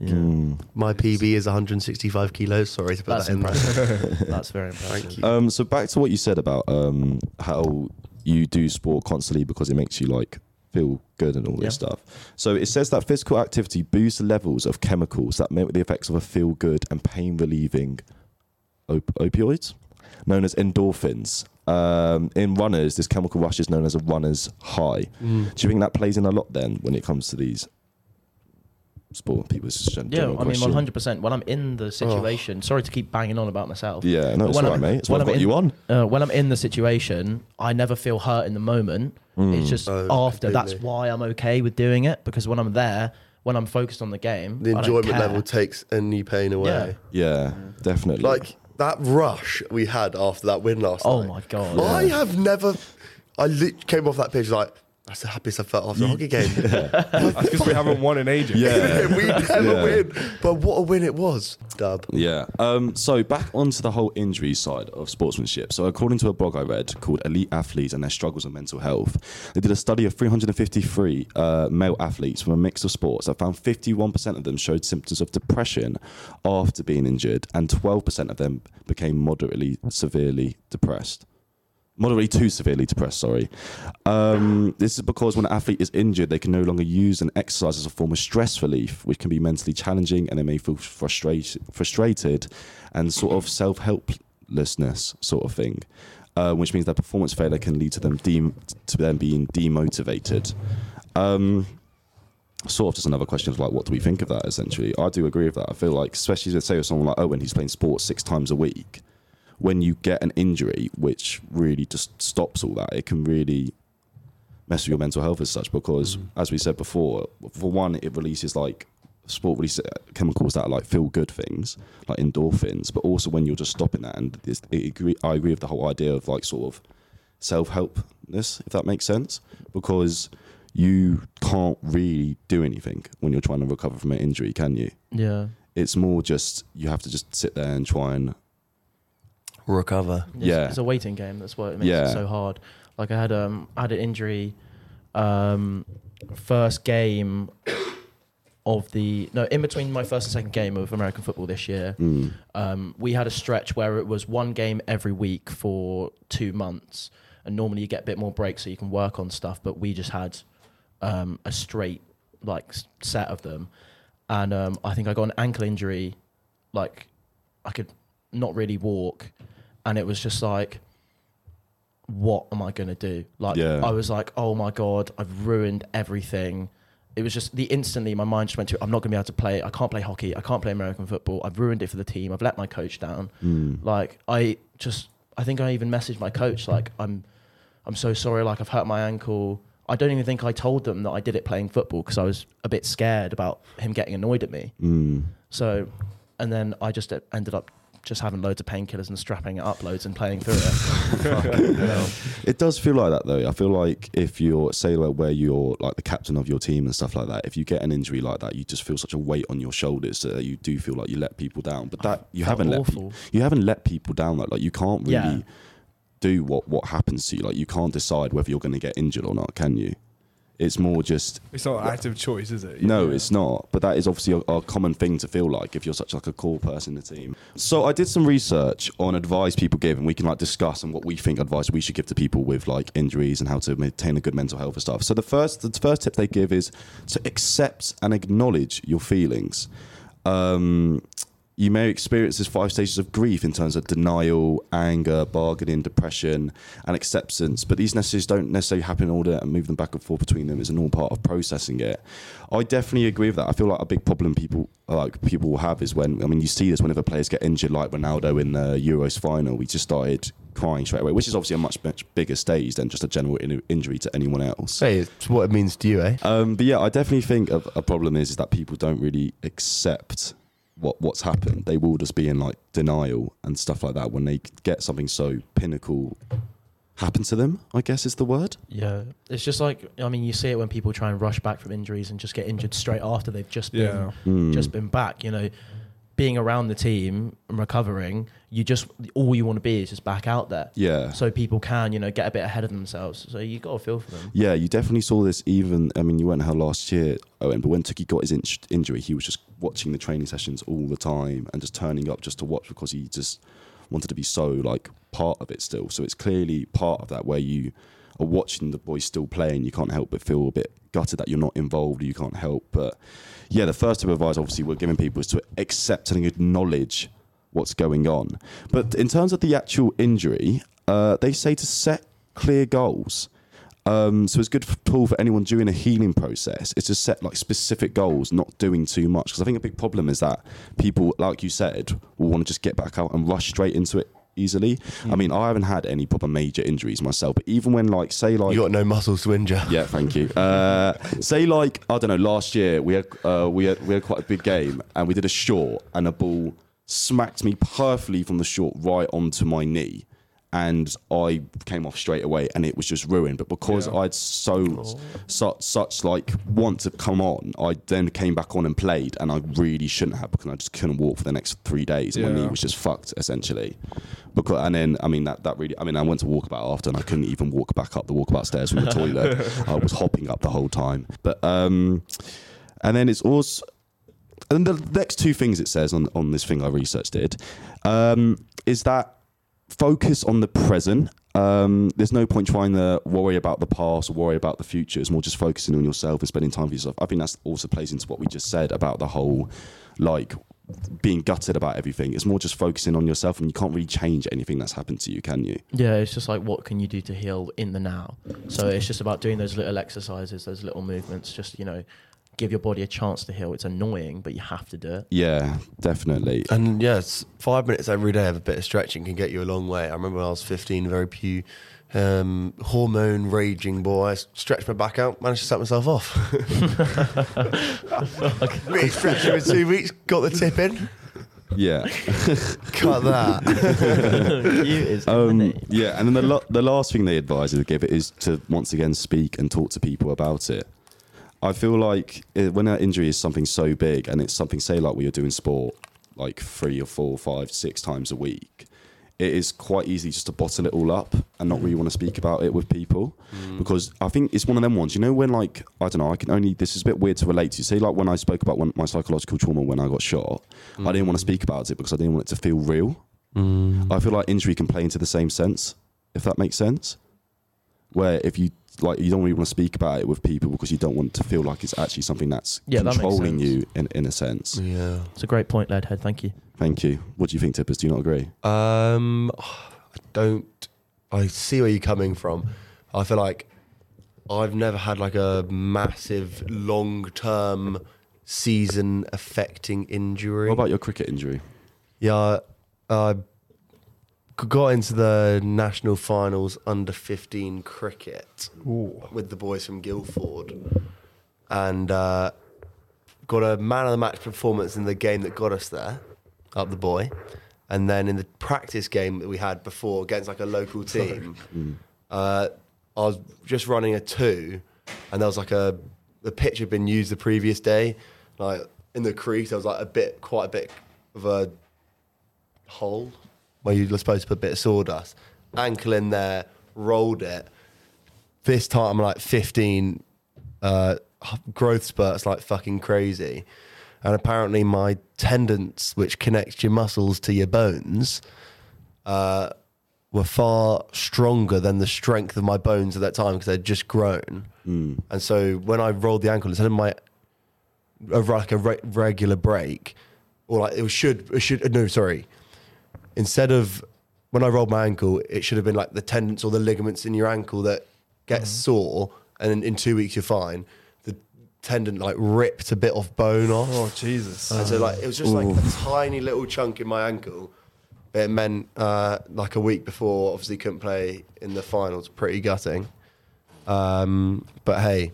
Speaker 3: Yeah.
Speaker 5: My PB is 165 kilos. Sorry to put
Speaker 3: That's
Speaker 5: that in there.
Speaker 3: impressive. That's very impressive.
Speaker 5: Thank you.
Speaker 2: Um, so back to what you said about um, how you do sport constantly because it makes you like feel good and all this
Speaker 3: Yeah.
Speaker 2: stuff. So it says that physical activity boosts the levels of chemicals that mimic the effects of a feel good and pain relieving op- opioids known as endorphins. Um, in runners, this chemical rush is known as a runner's high.
Speaker 5: Mm.
Speaker 2: Do you think that plays in a lot then when it comes to these sport people? It's just a
Speaker 3: Yeah,
Speaker 2: general
Speaker 3: I mean,
Speaker 2: question.
Speaker 3: one hundred percent. When I'm in the situation, sorry to keep banging on about myself.
Speaker 2: Yeah, no,
Speaker 3: But
Speaker 2: it's
Speaker 3: when
Speaker 2: all right,
Speaker 3: I'm-
Speaker 2: mate. It's what
Speaker 3: when
Speaker 2: I've
Speaker 3: I'm
Speaker 2: got
Speaker 3: in-
Speaker 2: you on.
Speaker 3: uh, when I'm in the situation, I never feel hurt in the moment.
Speaker 2: Hmm.
Speaker 3: It's just
Speaker 5: Oh,
Speaker 3: after. That's
Speaker 5: completely.
Speaker 3: why I'm okay with doing it because when I'm there, when I'm focused on the game,
Speaker 5: The
Speaker 3: I don't
Speaker 5: enjoyment
Speaker 3: care.
Speaker 5: level takes any pain away.
Speaker 2: Yeah, definitely.
Speaker 5: Like that rush we had after that win last
Speaker 3: Oh
Speaker 5: night.
Speaker 3: my god!
Speaker 5: I have never. I lit- came off that pitch like That's the happiest I've felt after a hockey game.
Speaker 4: That's because we haven't won in ages.
Speaker 2: Yeah.
Speaker 5: we never
Speaker 2: Yeah.
Speaker 5: win. But what a win it was. Dub.
Speaker 2: Yeah. Um, so back onto the whole injury side of sportsmanship. So according to a blog I read called "Elite Athletes and Their Struggles with Mental Health," they did a study of 353 uh, male athletes from a mix of sports. I found 51% of them showed symptoms of depression after being injured, and 12% of them became moderately severely depressed moderately too severely depressed. Sorry, um, this is because when an athlete is injured, they can no longer use an exercise as a form of stress relief, which can be mentally challenging, and they may feel frustrated, frustrated, and sort of self helplessness sort of thing, uh, which means that performance failure can lead to them de- to them being demotivated. Um, sort of just another question of like what do we think of that essentially i do agree with that i feel like especially let's say with someone like owen he's playing sports six times a week when you get an injury which really just stops all that it can really mess with your mental health as such because as we said before for one it releases like sport releases chemicals that are like feel good things like endorphins but also when you're just stopping that and this, it agree, i agree with the whole idea of like sort of self-helpness if that makes sense because you can't really do anything when you're trying to recover from an injury can you
Speaker 3: Yeah.
Speaker 2: it's more just you have to just sit there and try and
Speaker 5: Recover.
Speaker 3: It's,
Speaker 2: Yeah.
Speaker 3: it's a waiting game. That's why it makes
Speaker 2: Yeah.
Speaker 3: it so hard. Like I had um I had an injury, um, first game of the no in between my first and second game of American football this year.
Speaker 2: mm,
Speaker 3: Um, we had a stretch where it was one game every week for two months, and normally you get a bit more break so you can work on stuff. But we just had um, a straight like s- set of them, and um, I think I got an ankle injury. Like I could not really walk, and it was just like, what am I gonna do? Like
Speaker 2: Yeah.
Speaker 3: I was like, oh my god, I've ruined everything. It was just the instantly my mind just went to, I'm not gonna be able to play. I can't play hockey. I can't play American football. I've ruined it for the team. I've let my coach down.
Speaker 2: mm.
Speaker 3: Like I just, I think I even messaged my coach like I'm, I'm so sorry. Like I've hurt my ankle. I don't even think I told them that I did it playing football because I was a bit scared about him getting annoyed at me.
Speaker 2: Mm.
Speaker 3: So, and then I just e-, ended up just having loads of painkillers and strapping it up loads and playing through it.
Speaker 2: It does feel like that though. I feel like if you're say like where you're like the captain of your team and stuff like that, if you get an injury like that, you just feel such a weight on your shoulders so that you do feel like you let people down. But that you
Speaker 3: Felt
Speaker 2: haven't let pe-
Speaker 3: awful.
Speaker 2: you haven't let people down like like you can't really
Speaker 3: Yeah.
Speaker 2: do what what happens to you. Like you can't decide whether you're going to get injured or not, can you? It's more just
Speaker 4: It's not an active choice, is it?
Speaker 2: No, it's not. But that is obviously a, a common thing to feel like if you're such like a core person in the team. So I did some research on advice people give, and we can like discuss and what we think advice we should give to people with like injuries and how to maintain a good mental health and stuff. So the first the first tip they give is to accept and acknowledge your feelings. Um, you may experience these five stages of grief in terms of denial, anger, bargaining, depression, and acceptance. But these necessities don't necessarily happen in order and move them back and forth between them is an all part of processing it. I definitely agree with that. I feel like a big problem people like people will have is when I mean you see this whenever players get injured, like Ronaldo in the Euros final, we just started crying straight away, which is obviously a much much bigger stage than just a general in- injury to anyone else.
Speaker 5: Say it's what it means to you, eh?
Speaker 2: Um, but yeah, I definitely think a, a problem is is that people don't really accept what what's happened. They will just be in like denial and stuff like that when they get something so pinnacle happen to them. I guess is the word.
Speaker 3: yeah, it's just like I mean, you see it when people try and rush back from injuries and just get injured straight after they've just been
Speaker 4: Yeah.
Speaker 2: Mm.
Speaker 3: Hmm. just been back. You know, being around the team and recovering, you just all you want to be is just back out there.
Speaker 2: yeah.
Speaker 3: so people can you know get a bit ahead of themselves. So you got to feel for them.
Speaker 2: Yeah, you definitely saw this. Even I mean, you weren't how last year, Owen, but when Tuki got his in- injury, he was just watching the training sessions all the time and just turning up just to watch because he just wanted to be so like part of it still. So it's clearly part of that where you are watching the boys still playing, you can't help but feel a bit gutted that you're not involved. You can't help, but yeah, the first tip of advice obviously we're giving people is to accept and acknowledge what's going on. But in terms of the actual injury, uh, they say to set clear goals. Um, so it's a good f- tool for anyone during a healing process. It's to set like specific goals, not doing too much. Because I think a big problem is that people, like you said, will want to just get back out and rush straight into it easily. I mean, I haven't had any proper major injuries myself, but even when like say like
Speaker 5: You got no muscles to injure.
Speaker 2: yeah, thank you. Uh, say like I don't know. Last year we had uh, we had we had quite a big game, and we did a short, and a ball smacked me perfectly from the short right onto my knee, and I came off straight away, and it was just ruined. But because
Speaker 4: Yeah.
Speaker 2: I'd so such such like want to come on, I then came back on and played, and I really shouldn't have because I just couldn't walk for the next three days. and My knee
Speaker 4: Yeah.
Speaker 2: was just fucked essentially. Because and then I mean that that really I mean I went to walkabout after, and I couldn't even walk back up the walkabout stairs from the toilet. I was hopping up the whole time, but um, and then it's also and the next two things it says on, on this thing I researched did um, is that focus on the present. Um, there's no point trying to worry about the past or worry about the future. It's more just focusing on yourself and spending time for yourself. I think that's also plays into what we just said about the whole like being gutted about everything. It's more just focusing on yourself and you can't really change anything that's happened to you, can you?
Speaker 3: Yeah, it's just like what can you do to heal in the now. So it's just about doing those little exercises, those little movements. Just you know, give your body a chance to heal. It's annoying, but you have to do it.
Speaker 2: Yeah, definitely.
Speaker 5: And yes, five minutes every day of a bit of stretching can get you a long way. I remember when I was 15, very pu um, hormone raging boy. I stretched my back out, managed to set myself off. Really stretched over two weeks, got the tip in,
Speaker 2: Yeah.
Speaker 5: cut that.
Speaker 3: you is
Speaker 2: Um, yeah, and then the, lo- the last thing they advise you to give it is to once again speak and talk to people about it. I feel like uh when an injury is something so big and it's something, say, like we are doing sport like three or four, five, six times a week, it is quite easy just to bottle it all up and not really want to speak about it with people
Speaker 5: Mm.
Speaker 2: because I think it's one of them ones. You know, when like I don't know, I can only this is a bit weird to relate to. Say like when I spoke about one, my psychological trauma when I got shot, I
Speaker 5: Mm.
Speaker 2: didn't want to speak about it because I didn't want it to feel real. I feel like injury can play into the same sense, if that makes sense. Where if you like, you don't really want to speak about it with people because you don't want to feel like it's actually something that's
Speaker 3: Yeah, that makes
Speaker 2: controlling
Speaker 3: sense.
Speaker 2: you in, in a sense.
Speaker 5: Yeah.
Speaker 3: It's a great point, Leadhead. Thank you.
Speaker 2: Thank you. What do you think, Tippers? Do you not agree?
Speaker 5: Um, I don't. I see where you're coming from. I feel like I've never had like a massive long term season affecting injury.
Speaker 2: What about your cricket injury?
Speaker 5: Yeah, I g- got into the national finals under 15 cricket
Speaker 4: Ooh.
Speaker 5: with the boys from Guildford and uh, got a man of the match performance in the game that got us there, up the boy. And then in the practice game that we had before against like a local team, uh, I was just running a two, and there was like a the pitch had been used the previous day, like in the crease there was like a bit, quite a bit of a hole where you're supposed to put a bit of sawdust. Ankle in there, rolled it. This time I'm like 15 uh, h- growth spurts like fucking crazy. And apparently my tendons, which connects your muscles to your bones, uh, were far stronger than the strength of my bones at that time because they'd just grown. And so when I rolled the ankle, instead of my a, like a re- regular break, or like it should it should no sorry, instead of when I rolled my ankle, it should have been like the tendons or the ligaments in your ankle that get sore, and then in two weeks you're fine. The tendon like ripped a bit off bone off.
Speaker 4: Oh Jesus.
Speaker 5: And so like it was just like a tiny little chunk in my ankle. It meant uh, like a week before, obviously couldn't play in the finals. Pretty gutting. Um, but hey,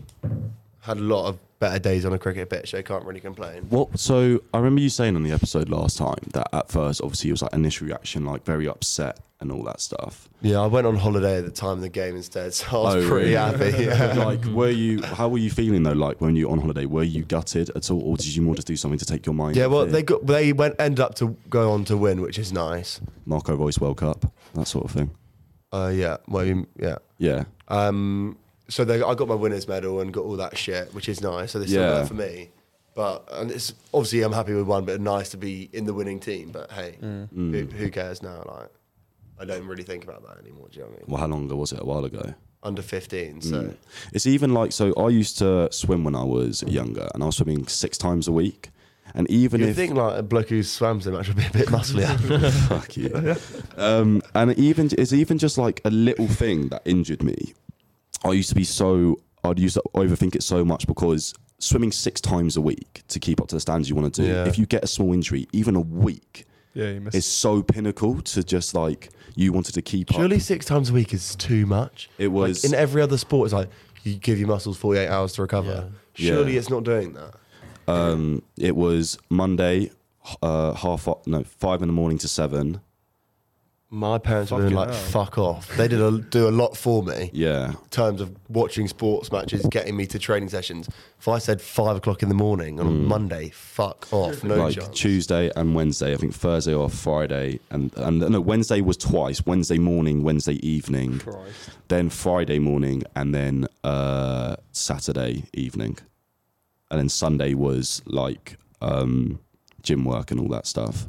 Speaker 5: had a lot of better days on a cricket pitch. So can't really complain.
Speaker 2: What? So I remember you saying on the episode last time that at first, obviously, it was like initial reaction, like very upset and all that stuff.
Speaker 5: Yeah, I went on holiday at the time of the game instead, so I was
Speaker 2: Oh,
Speaker 5: pretty
Speaker 2: really?
Speaker 5: happy. Yeah.
Speaker 2: like, were you? How were you feeling though? Like when you were on holiday, were you gutted at all, or did you more just do something to take your mind?
Speaker 5: yeah,
Speaker 2: off
Speaker 5: well,
Speaker 2: it?
Speaker 5: they got they went ended up to go on to win, which is nice.
Speaker 2: Marco Royce World Cup, that sort of thing.
Speaker 5: Uh, yeah, well, you- yeah.
Speaker 2: Yeah.
Speaker 5: Um, so they, I got my winners medal and got all that shit, which is nice. So they still
Speaker 2: Yeah.
Speaker 5: there for me. But and it's obviously I'm happy with one, but nice to be in the winning team. But hey, who, who cares now? Like, I don't really think about that anymore. Do you know what I mean?
Speaker 2: Well, how long ago was it? A while ago.
Speaker 5: Under 15, so
Speaker 2: It's even like so. I used to swim when I was younger, and I was swimming six times a week. And even
Speaker 5: you
Speaker 2: if
Speaker 5: think like a bloke who swam so much would be a bit muscly. after.
Speaker 2: fuck you, um, and even it's even just like a little thing that injured me. I used to be so I'd used to overthink it so much because swimming six times a week to keep up to the standards you want to do.
Speaker 5: Yeah.
Speaker 2: If you get a small injury, even a week,
Speaker 4: Yeah, you missed.
Speaker 2: is so pinnacle to just like you wanted to keep up.
Speaker 5: Surely six times a week is too much.
Speaker 2: It
Speaker 5: Like,
Speaker 2: was-
Speaker 5: in every other sport, it's like you give your muscles 48 hours to recover.
Speaker 2: Yeah.
Speaker 5: Surely
Speaker 2: Yeah.
Speaker 5: it's not doing that.
Speaker 2: Um, it was Monday, h- uh, half o- no five in the morning to seven,
Speaker 5: My parents were
Speaker 4: Fucking
Speaker 5: like,
Speaker 4: hell.
Speaker 5: "Fuck off." They did a, do a lot for me
Speaker 2: Yeah.
Speaker 5: in terms of watching sports matches, getting me to training sessions. If I said five o'clock in the morning on a Monday, fuck off, no
Speaker 2: like
Speaker 5: chance.
Speaker 2: Tuesday and Wednesday. I think Thursday or Friday, and and no Wednesday was twice. Wednesday morning, Wednesday evening,
Speaker 4: Christ.
Speaker 2: then Friday morning, and then uh, Saturday evening, and then Sunday was like um, gym work and all that stuff.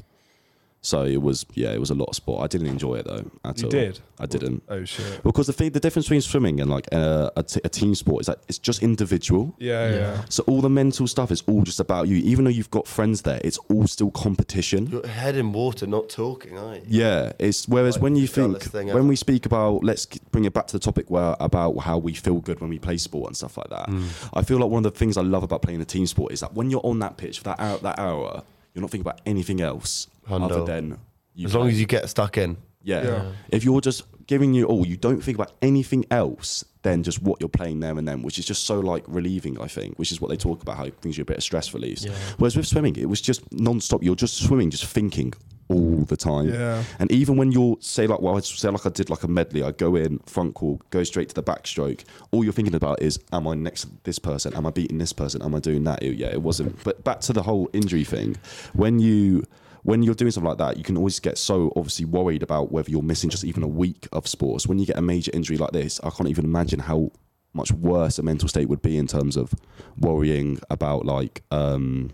Speaker 2: So it was yeah, it was a lot of sport. I didn't enjoy it though at
Speaker 4: You
Speaker 2: all.
Speaker 4: did?
Speaker 2: I didn't.
Speaker 4: Oh shit.
Speaker 2: Because the thing, the difference between swimming and like a, a, t- a team sport is that it's just individual.
Speaker 4: Yeah,
Speaker 3: Yeah.
Speaker 4: yeah.
Speaker 2: So all the mental stuff is all just about you. Even though you've got friends there, it's all still competition.
Speaker 5: Your head in water, not talking, aren't you?
Speaker 2: Yeah, it's whereas
Speaker 5: Like,
Speaker 2: when you think
Speaker 5: regardless thing
Speaker 2: when
Speaker 5: ever.
Speaker 2: we speak about let's k- bring it back to the topic where about how we feel good when we play sport and stuff like that.
Speaker 5: Mm.
Speaker 2: I feel like one of the things I love about playing a team sport is that when you're on that pitch for that hour, that hour, you're not thinking about anything else other
Speaker 5: Hundo.
Speaker 2: than you
Speaker 5: As long
Speaker 2: play.
Speaker 5: as you get stuck in.
Speaker 2: Yeah.
Speaker 4: Yeah.
Speaker 2: If you're just giving you all, you don't think about anything else than just what you're playing there and then, which is just so like relieving, I think, which is what they talk about, how it brings you a bit of stress release.
Speaker 3: Yeah.
Speaker 2: Whereas with swimming, it was just non-stop. You're just swimming, just thinking all the time.
Speaker 4: Yeah.
Speaker 2: And even when you're say like well, I'd say like I did like a medley, I go in, front crawl, go straight to the backstroke, all you're thinking about is am I next to this person? Am I beating this person? Am I doing that? It- Yeah, it wasn't. But back to the whole injury thing. When you when you're doing something like that, you can always get so obviously worried about whether you're missing just even a week of sports. When you get a major injury like this, I can't even imagine how much worse a mental state would be in terms of worrying about like um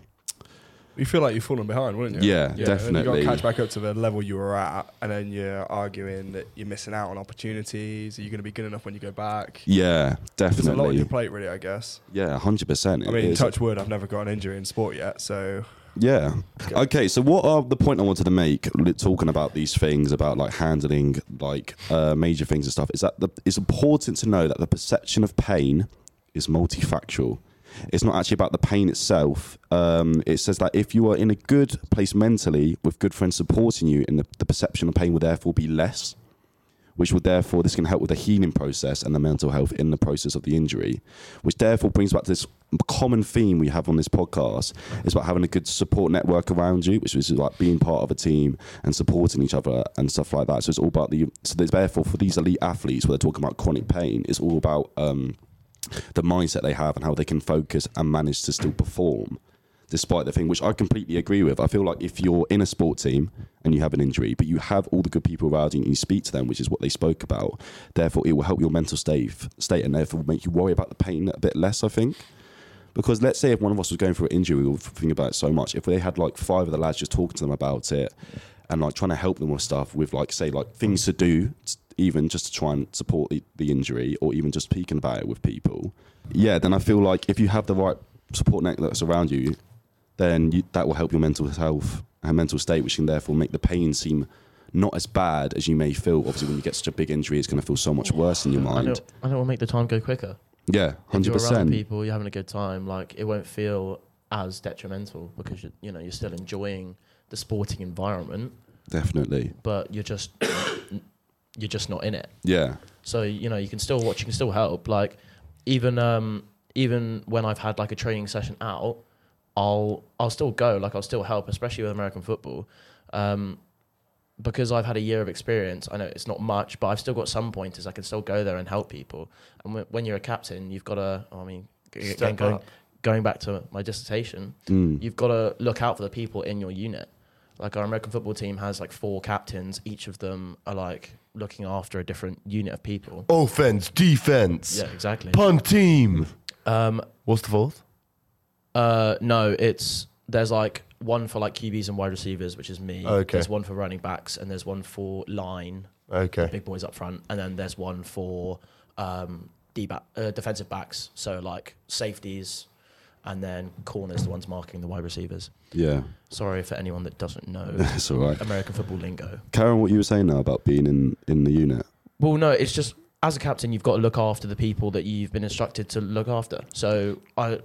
Speaker 4: You feel like you're falling behind, wouldn't you?
Speaker 2: Yeah,
Speaker 4: You got
Speaker 2: definitely.
Speaker 4: to catch back up to the level you were at, and then you're arguing that you're missing out on opportunities. Are you going to be good enough when you go back?
Speaker 2: yeah,
Speaker 4: There's a lot on your
Speaker 2: definitely.
Speaker 4: plate, really. I guess.
Speaker 2: Yeah, hundred percent.
Speaker 4: I mean, touch wood. I've never got an injury in sport yet, so
Speaker 2: Yeah. Okay. So, what are the point I wanted to make li- talking about these things about like handling like uh, major things and stuff is that the, it's important to know that the perception of pain is multifactual. It's not actually about the pain itself. Um, it says that if you are in a good place mentally with good friends supporting you, and the, the perception of pain will therefore be less, which will therefore this can help with the healing process and the mental health in the process of the injury, which therefore brings back to this common theme we have on this podcast is about having a good support network around you, which is like being part of a team and supporting each other and stuff like that. So it's all about the so there's therefore for these elite athletes where they're talking about chronic pain, it's all about um, the mindset they have and how they can focus and manage to still perform despite the thing, which I completely agree with. I feel like if you're in a sport team and you have an injury, but you have all the good people around you and you speak to them, which is what they spoke about, therefore it will help your mental state, state and therefore make you worry about the pain a bit less, I think. Because let's say if one of us was going through an injury, we would think about it so much. If they had like five of the lads just talking to them about it and like trying to help them with stuff, with like, say, like things to do, t- even just to try and support the, the injury or even just speaking about it with people, yeah, then I feel like if you have the right support networks around you, then you, that will help your mental health and mental state, which can therefore make the pain seem not as bad as you may feel. Obviously, when you get such a big injury, it's going to feel so much worse in your
Speaker 3: I
Speaker 2: mind.
Speaker 3: don't, I don't want to make the time go quicker.
Speaker 2: Yeah,
Speaker 3: If
Speaker 2: hundred
Speaker 3: you're around
Speaker 2: percent.
Speaker 3: people, you're having a good time. Like it won't feel as detrimental because you you know you're still enjoying the sporting environment,
Speaker 2: Definitely.
Speaker 3: but you're just you're just not in it.
Speaker 2: Yeah.
Speaker 3: So you know you can still watch, you can still help. Like even um even when I've had like a training session out, I'll I'll still go. Like I'll still help, especially with American football, um, because I've had a year of experience. I know it's not much, but I've still got some pointers. I can still go there and help people. And when, when you're a captain, you've got to. I mean, g-
Speaker 5: Step
Speaker 3: again, going,
Speaker 5: up.
Speaker 3: going back to my dissertation,
Speaker 2: Mm.
Speaker 3: you've got to look out for the people in your unit. Like our American football team has like four captains. Each of them are like looking after a different unit of people.
Speaker 5: Offense, defense,
Speaker 3: Yeah, exactly.
Speaker 5: pun team.
Speaker 3: Um,
Speaker 5: What's the fourth?
Speaker 3: uh, no, it's there's like one for like QBs and wide receivers, which is me.
Speaker 5: Okay.
Speaker 3: There's one for running backs, and there's one for line,
Speaker 5: Okay.
Speaker 3: big boys up front, and then there's one for um, D back, uh, defensive backs. So like safeties, and then corners, the ones marking the wide receivers.
Speaker 2: Yeah.
Speaker 3: Sorry for anyone that doesn't know
Speaker 2: That's all right.
Speaker 3: American football lingo.
Speaker 2: Karen, what you were saying now about being in in the unit.
Speaker 3: Well, no, it's just as a captain, you've got to look after the people that you've been instructed to look after. So I,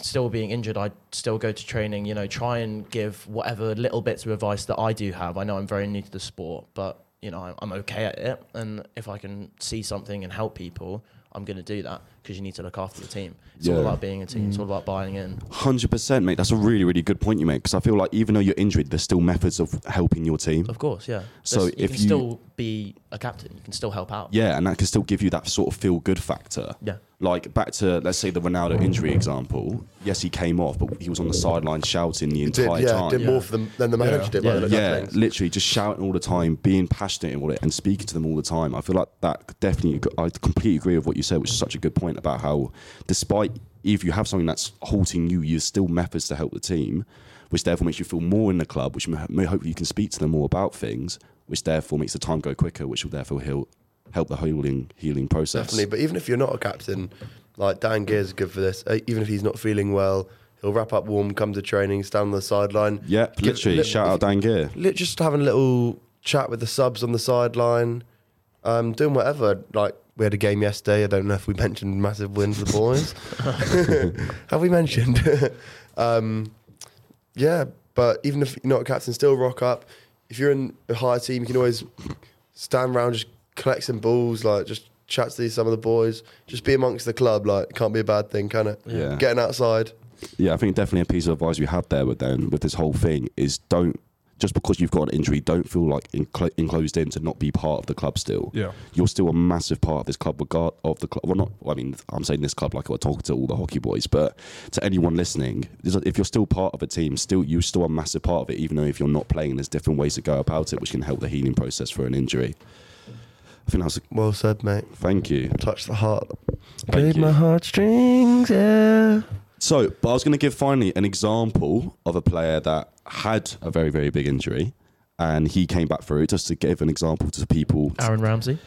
Speaker 3: still being injured, I still go to training. You know, try and give whatever little bits of advice that I do have. I know I'm very new to the sport, but you know, I'm, I'm okay at it. And if I can see something and help people, I'm going to do that. because you need to look after the team. It's all
Speaker 2: Yeah.
Speaker 3: about being a team. It's all about buying in.
Speaker 2: Hundred percent, mate. That's a really, really good point you make because I feel like even though you're injured, there's still methods of helping your team.
Speaker 3: Of course, yeah.
Speaker 2: So
Speaker 3: There's- you
Speaker 2: if
Speaker 3: can
Speaker 2: you-
Speaker 3: still be a captain, you can still help out.
Speaker 2: Yeah, and that can still give you that sort of feel good factor.
Speaker 3: Yeah.
Speaker 2: Like back to let's say the Ronaldo injury example. Yes, he came off, but he was on the sideline shouting the
Speaker 5: Did,
Speaker 2: entire
Speaker 5: yeah,
Speaker 2: time.
Speaker 5: did more for them than the manager
Speaker 4: Yeah.
Speaker 5: did.
Speaker 3: Yeah.
Speaker 5: Yeah.
Speaker 2: yeah, literally just shouting all the time, being passionate about it, and speaking to them all the time. I feel like that could definitely. I completely agree with what you said, which is such a good point about how, despite if you have something that's halting you, you're still methods to help the team, which therefore makes you feel more in the club, which may, may hopefully you can speak to them more about things, which therefore makes the time go quicker, which will therefore heal, help the healing healing process.
Speaker 5: Definitely. But even if you're not a captain, like Dan Gear's good for this. Uh, Even if he's not feeling well, he'll wrap up warm, come to training, stand on the sideline.
Speaker 2: Yep,
Speaker 5: Give-
Speaker 2: literally.
Speaker 5: li-
Speaker 2: Shout out Dan Gear.
Speaker 5: li- just having a little chat with the subs on the sideline, um, doing whatever. Like we had a game yesterday. I don't know if we mentioned massive win for the boys. Have we mentioned? um, yeah, but even if you're not a captain, still rock up. If you're in a higher team, you can always stand around, just collect some balls, like just chat to these, some of the boys. Just be amongst the club. Like can't be a bad thing, can it?
Speaker 2: Yeah.
Speaker 5: Getting outside.
Speaker 2: Yeah, I think definitely a piece of advice we had there with them with this whole thing is don't just because you've got an injury, don't feel like enclo- enclosed in to not be part of the club. Still,
Speaker 4: Yeah.
Speaker 2: you're still a massive part of this club. Regard of the club, well, not. I mean, I'm saying this club like I'm talking to all the hockey boys, but to anyone listening, is that if you're still part of a team, still you're still a massive part of it, even though if you're not playing, there's different ways to go about it, which can help the healing process for an injury. I think that's. A,
Speaker 5: Well said, mate.
Speaker 2: thank you.
Speaker 5: Touch the heart.
Speaker 2: Thank you.
Speaker 5: heartstrings. Yeah.
Speaker 2: So, but I was going to give finally an example of a player that had a very, very big injury and he came back through just to give an example to people.
Speaker 5: Oh.
Speaker 3: Aaron Ramsey.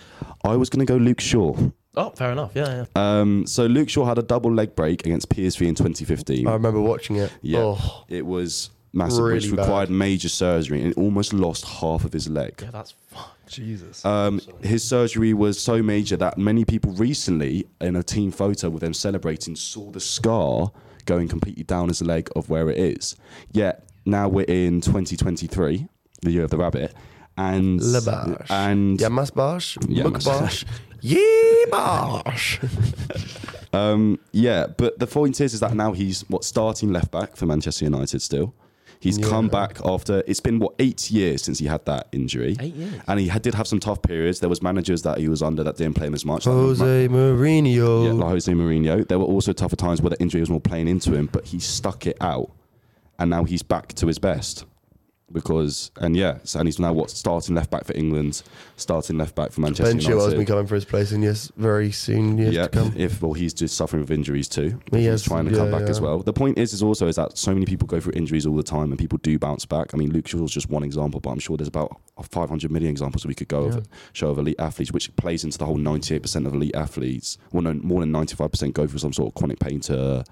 Speaker 2: I was going to go Luke Shaw.
Speaker 3: Oh, fair enough. Yeah, yeah.
Speaker 2: Um, so, Luke Shaw had a double leg break against PSV in 2015.
Speaker 5: I remember watching it.
Speaker 2: Yeah.
Speaker 5: Oh.
Speaker 2: it was massive, which
Speaker 5: Really bad.
Speaker 2: required major surgery and it almost lost half of his leg.
Speaker 3: Yeah, that's fine.
Speaker 4: Jesus.
Speaker 2: Um, his surgery was so major that many people recently, in a team photo with them celebrating, saw the scar going completely down his leg of where it is. Yet now we're in 2023, the year of the rabbit, and
Speaker 5: Labash.
Speaker 2: and
Speaker 5: Yamas Bash.
Speaker 2: Yeah,
Speaker 5: Muk
Speaker 2: Mas-
Speaker 5: Bash. Yee Bash.
Speaker 2: um, yeah. But the point is, is that now he's what starting left back for Manchester United still. He's come
Speaker 5: Yeah.
Speaker 2: back after it's been what eight years since he had that injury,
Speaker 3: Eight years.
Speaker 2: and he had, did have some tough periods. There was managers that he was under that didn't play him as much. like
Speaker 5: Jose
Speaker 2: Yeah,
Speaker 5: Mourinho.
Speaker 2: like Jose Mourinho. There were also tougher times where the injury was more playing into him, but he stuck it out, and now he's back to his best. Because and yeah, so, and he's now what starting left back for England, starting left back for Manchester
Speaker 5: ben Chilwell's
Speaker 2: United.
Speaker 5: been coming for his place in years, very soon years
Speaker 2: yeah,
Speaker 5: to come.
Speaker 2: if well, he's just suffering with injuries too. But
Speaker 5: He
Speaker 2: he's
Speaker 5: has-
Speaker 2: trying to come
Speaker 5: yeah,
Speaker 2: back as
Speaker 5: yeah.
Speaker 2: well. The point is, is also is that so many people go through injuries all the time, and people do bounce back. I mean, Luke Shaw's just one example, but I'm sure there's about 500 million examples we could go
Speaker 3: Yeah.
Speaker 2: of show of elite athletes, which plays into the whole 98% of elite athletes. Well, no, more than 95% go through some sort of chronic pain to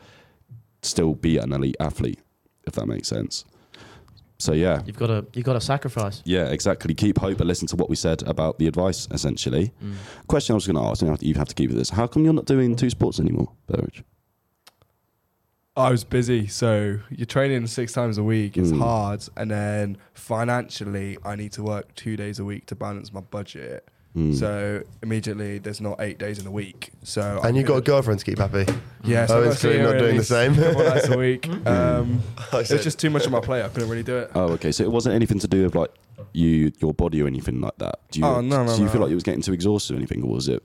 Speaker 2: still be an elite athlete, if that makes sense. So yeah,
Speaker 3: You've got to you've got to sacrifice.
Speaker 2: yeah, exactly. Keep hope, but listen to what we said about the advice essentially
Speaker 3: Mm.
Speaker 2: question I was going to ask, and you have to keep with this. How come you're not doing two sports anymore, Burridge?
Speaker 4: I was busy, so you're training six times a week. It's
Speaker 2: Mm.
Speaker 4: hard, and then financially, I need to work two days a week to balance my budget.
Speaker 2: Mm.
Speaker 4: So immediately, there's not eight days in a week. So
Speaker 5: And you got a
Speaker 4: go.
Speaker 5: girlfriend to keep happy.
Speaker 2: Mm-hmm.
Speaker 4: Yeah, so
Speaker 5: Oh,
Speaker 4: I've
Speaker 5: it's
Speaker 4: got to
Speaker 5: clearly
Speaker 4: see
Speaker 5: not
Speaker 4: her at
Speaker 5: doing the
Speaker 4: least
Speaker 5: same.
Speaker 4: a couple nights a week. Um,
Speaker 5: I
Speaker 4: it's just too much on my plate. I couldn't really do it.
Speaker 2: oh, okay. So it wasn't anything to do with like you, your body, or anything like that. Do you?
Speaker 4: Oh, no, no,
Speaker 2: do you feel
Speaker 4: no.
Speaker 2: like you was getting too exhausted or anything, or was it?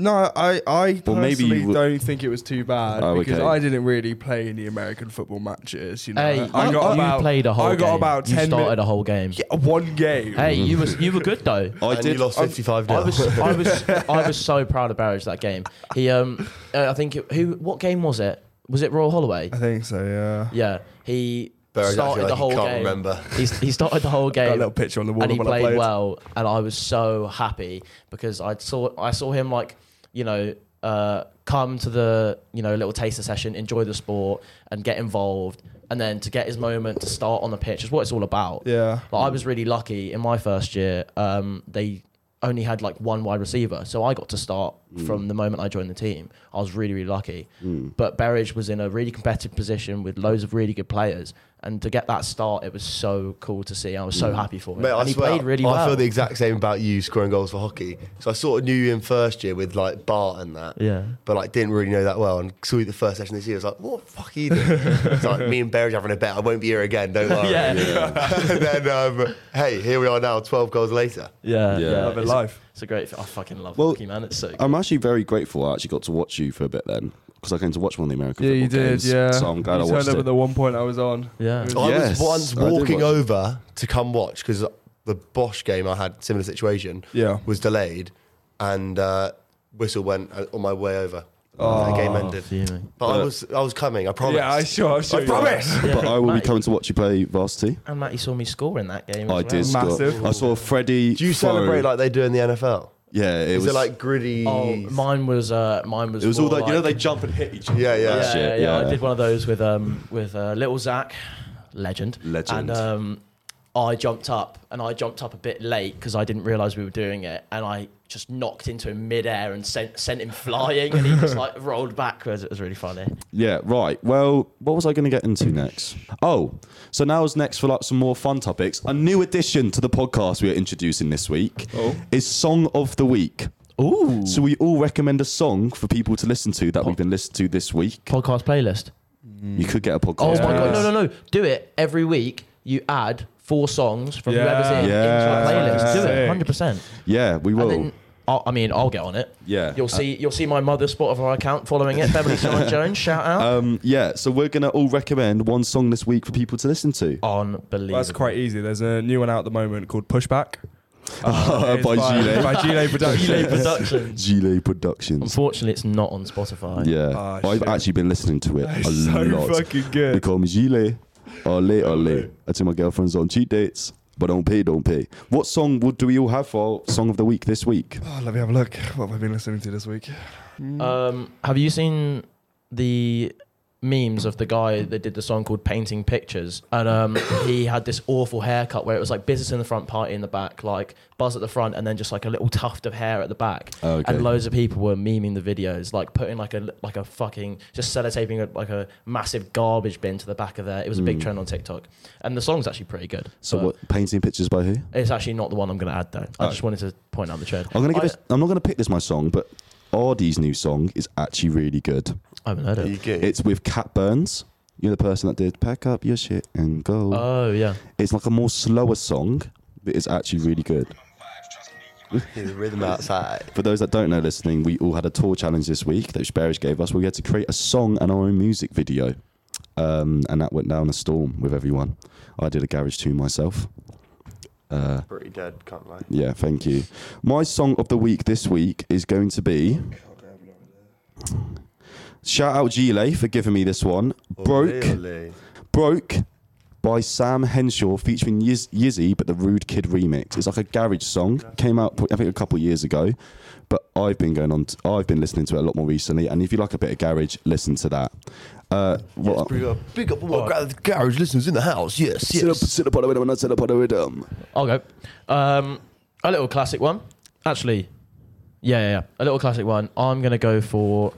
Speaker 4: No, I I
Speaker 2: Well, maybe you
Speaker 4: personally
Speaker 2: would-
Speaker 4: don't think it was too bad
Speaker 2: Oh,
Speaker 4: because
Speaker 2: okay.
Speaker 4: I didn't really play any American football matches. You know,
Speaker 3: Hey,
Speaker 4: I
Speaker 3: you,
Speaker 4: got
Speaker 3: you
Speaker 4: about
Speaker 3: played a whole
Speaker 4: I got
Speaker 3: game.
Speaker 4: about
Speaker 3: you
Speaker 4: ten
Speaker 3: started
Speaker 4: minutes.
Speaker 3: a whole game.
Speaker 4: one game.
Speaker 3: Hey, you was you were good though.
Speaker 2: I
Speaker 5: and
Speaker 2: did.
Speaker 5: you lost 55
Speaker 3: I
Speaker 5: now.
Speaker 3: was I was I was so proud of Barrage that game. He um uh, I think it, who what game was it? Was it Royal Holloway?
Speaker 4: I think so. Yeah.
Speaker 3: Yeah, he
Speaker 5: Barrage actually,
Speaker 3: started the
Speaker 5: like,
Speaker 3: whole
Speaker 5: he can't
Speaker 3: game.
Speaker 5: remember.
Speaker 3: He's, he started the whole
Speaker 4: Got a
Speaker 3: game.
Speaker 4: little picture on the wall
Speaker 3: and
Speaker 4: of
Speaker 3: he
Speaker 4: when I
Speaker 3: played
Speaker 4: played.
Speaker 3: well, and I was so happy because I saw I saw him like you know uh, come to the you know little taster session, enjoy the sport, and get involved, and then to get his moment to start on the pitch is what it's all about.
Speaker 4: Yeah.
Speaker 3: But I was really lucky in my first year. Um, they only had like one wide receiver, so I got to start from the moment I joined the team.
Speaker 2: Hmm.
Speaker 3: I was really really lucky. But Berridge was in a really competitive position with loads of really good players, And to get that start, it was so cool to see. I was
Speaker 2: Mm.
Speaker 3: so happy for him.
Speaker 5: Mate,
Speaker 3: and
Speaker 5: I
Speaker 3: he
Speaker 5: swear,
Speaker 3: played really
Speaker 5: I
Speaker 3: well.
Speaker 5: feel the exact same about you scoring goals for hockey. So I sort of knew you in first year with like Bart and that.
Speaker 3: Yeah.
Speaker 5: But like didn't really know that well and saw you the first session this year. I was like, what the fuck are you doing? it's like me and Barry's having a bet. I won't be here again. Don't worry.
Speaker 3: Yeah.
Speaker 5: and then um, hey, here we are now, 12 goals later.
Speaker 3: yeah,
Speaker 2: Yeah.
Speaker 3: yeah,
Speaker 2: Love
Speaker 4: it
Speaker 3: It's-
Speaker 4: live.
Speaker 3: It's a great. I fucking love
Speaker 2: Well,
Speaker 3: hockey, man. It's so.
Speaker 2: I'm actually very grateful I actually got to watch you for a bit then because I came to watch one of the American
Speaker 4: Yeah,
Speaker 2: football
Speaker 4: you did.
Speaker 2: games.
Speaker 4: yeah.
Speaker 2: So I'm glad
Speaker 4: you
Speaker 2: I watched
Speaker 4: turned up
Speaker 2: it.
Speaker 4: at the one point I was on.
Speaker 3: Yeah.
Speaker 4: It was-
Speaker 5: I
Speaker 2: Yes,
Speaker 5: was once
Speaker 2: I did
Speaker 5: walking
Speaker 2: watch it.
Speaker 5: over to come watch because the Bosch game I had similar situation
Speaker 4: Yeah.
Speaker 5: was delayed, and uh, whistle went uh, on my way over.
Speaker 3: Oh,
Speaker 5: and the game
Speaker 2: Ah.
Speaker 5: ended.
Speaker 3: fuming.
Speaker 5: But I was I was coming. I promise.
Speaker 4: Yeah, I sure, I'm sure
Speaker 5: I
Speaker 4: you
Speaker 5: promise.
Speaker 3: Yeah,
Speaker 2: but I will be
Speaker 3: Matty-
Speaker 2: coming to watch you play varsity.
Speaker 3: And Matty saw me score in that game.
Speaker 2: I
Speaker 3: as
Speaker 2: did.
Speaker 3: well.
Speaker 2: score.
Speaker 4: Massive.
Speaker 2: I saw Freddie.
Speaker 5: Do you
Speaker 2: throw-
Speaker 5: celebrate like they do in the NFL?
Speaker 2: Yeah, it
Speaker 5: Is
Speaker 2: was
Speaker 5: it like gritty?
Speaker 3: Oh, mine was. Uh, mine was.
Speaker 2: It was all
Speaker 3: more
Speaker 2: that you know
Speaker 3: like-
Speaker 2: they jump and hit each other.
Speaker 5: yeah, yeah.
Speaker 2: shit,
Speaker 3: yeah, yeah,
Speaker 2: yeah.
Speaker 3: I did one of those with um with uh, little Zach, legend.
Speaker 2: Legend.
Speaker 3: And um, I jumped up, and I jumped up a bit late because I didn't realize we were doing it, and I just knocked into him midair and sent sent him flying, and he just like rolled backwards. It was really funny.
Speaker 2: Yeah, right. Well, what was I going to get into next? Oh, so now is next for like some more fun topics. A new addition to the podcast we are introducing this week
Speaker 4: Oh.
Speaker 2: is Song of the Week.
Speaker 3: Ooh.
Speaker 2: So we all recommend a song for people to listen to that we've been listening to this week.
Speaker 3: Podcast playlist.
Speaker 2: Mm. You could get a podcast.
Speaker 3: Oh my god!
Speaker 2: playlist.
Speaker 3: No, no, no! Do it every week. You add four songs from
Speaker 4: Yeah.
Speaker 3: whoever's in into a playlist. Do it,
Speaker 4: Sick.
Speaker 3: hundred percent.
Speaker 2: Yeah, we will.
Speaker 3: And then, I'll- I mean, I'll get on it.
Speaker 2: Yeah.
Speaker 3: You'll see, you'll see my mother's Spotify account following it. Beverly Simon Jones, shout out.
Speaker 2: um, yeah, so we're gonna all recommend one song this week for people to listen to
Speaker 3: Unbelievable.
Speaker 4: Well, that's quite easy. There's a new one out at the moment called Pushback.
Speaker 2: By
Speaker 4: Uh, it's by
Speaker 2: Gile.
Speaker 4: By Gile Productions.
Speaker 3: Productions.
Speaker 2: Gile Productions.
Speaker 3: Unfortunately, it's not on Spotify.
Speaker 2: Yeah,
Speaker 4: Ah,
Speaker 2: I've
Speaker 4: shit.
Speaker 2: actually been listening to it a
Speaker 4: It's so
Speaker 2: lot.
Speaker 4: fucking
Speaker 2: They
Speaker 4: good.
Speaker 2: call me Gilet. Ole, ole. I tell my girlfriends on cheat dates, but don't pay, don't pay. What song would, do we all have for our song of the week this week?
Speaker 4: Oh, let me have a look. What have I been listening to this week?
Speaker 3: Um, have you seen the memes of the guy that did the song called Painting Pictures? And um, he had this awful haircut where it was like business in the front, party in the back, like buzz at the front, and then just like a little tuft of hair at the back.
Speaker 2: Okay.
Speaker 3: And loads of people were memeing the videos, like putting like a like a fucking just sellotaping a, like a massive garbage bin to the back of there. It was a big trend on TikTok, and the song's actually pretty good.
Speaker 2: Mm. So
Speaker 3: but
Speaker 2: what? Painting pictures by who?
Speaker 3: It's actually not the one I'm going to add though. I
Speaker 2: Oh.
Speaker 3: just wanted to point out the trend.
Speaker 2: I'm gonna give.
Speaker 3: I-
Speaker 2: us I'm not gonna pick this my song, but Ardy's new song is actually really good.
Speaker 3: I haven't heard
Speaker 5: You
Speaker 3: it.
Speaker 5: get-
Speaker 2: It's with Cat Burns. You're the person that did pack up your shit and go.
Speaker 3: Oh yeah.
Speaker 2: it's like a more slower song, but it's actually really good.
Speaker 5: Hear the rhythm outside.
Speaker 2: For those that don't know, listening, we all had a tour challenge this week that Sparrows gave us. where We had to create a song and our own music video, um, and that went down a storm with everyone. I did a garage tune myself. Uh,
Speaker 5: Pretty dead, can't lie.
Speaker 2: yeah, thank you. My song of the week this week is going to be. Shout out Gile for giving me this one.
Speaker 5: Oh,
Speaker 2: Broke,
Speaker 5: Really?
Speaker 2: broke. By Sam Henshaw featuring Yiz- Yizzy, but the Rude Kid remix. It's like a garage song. Came out, I think, a couple years ago, but I've been going on. i I've been listening to it a lot more recently. And if you like a bit of garage, listen to that. Uh,
Speaker 5: Yes,
Speaker 2: what-
Speaker 5: big up, big up all our garage listeners in the house. Yes,
Speaker 2: Sit up,
Speaker 5: yes.
Speaker 2: sit up on the rhythm, and I sit up on the rhythm.
Speaker 3: I'll go. Um, a little classic one, actually. Yeah, yeah, yeah. A little classic one. I'm gonna go for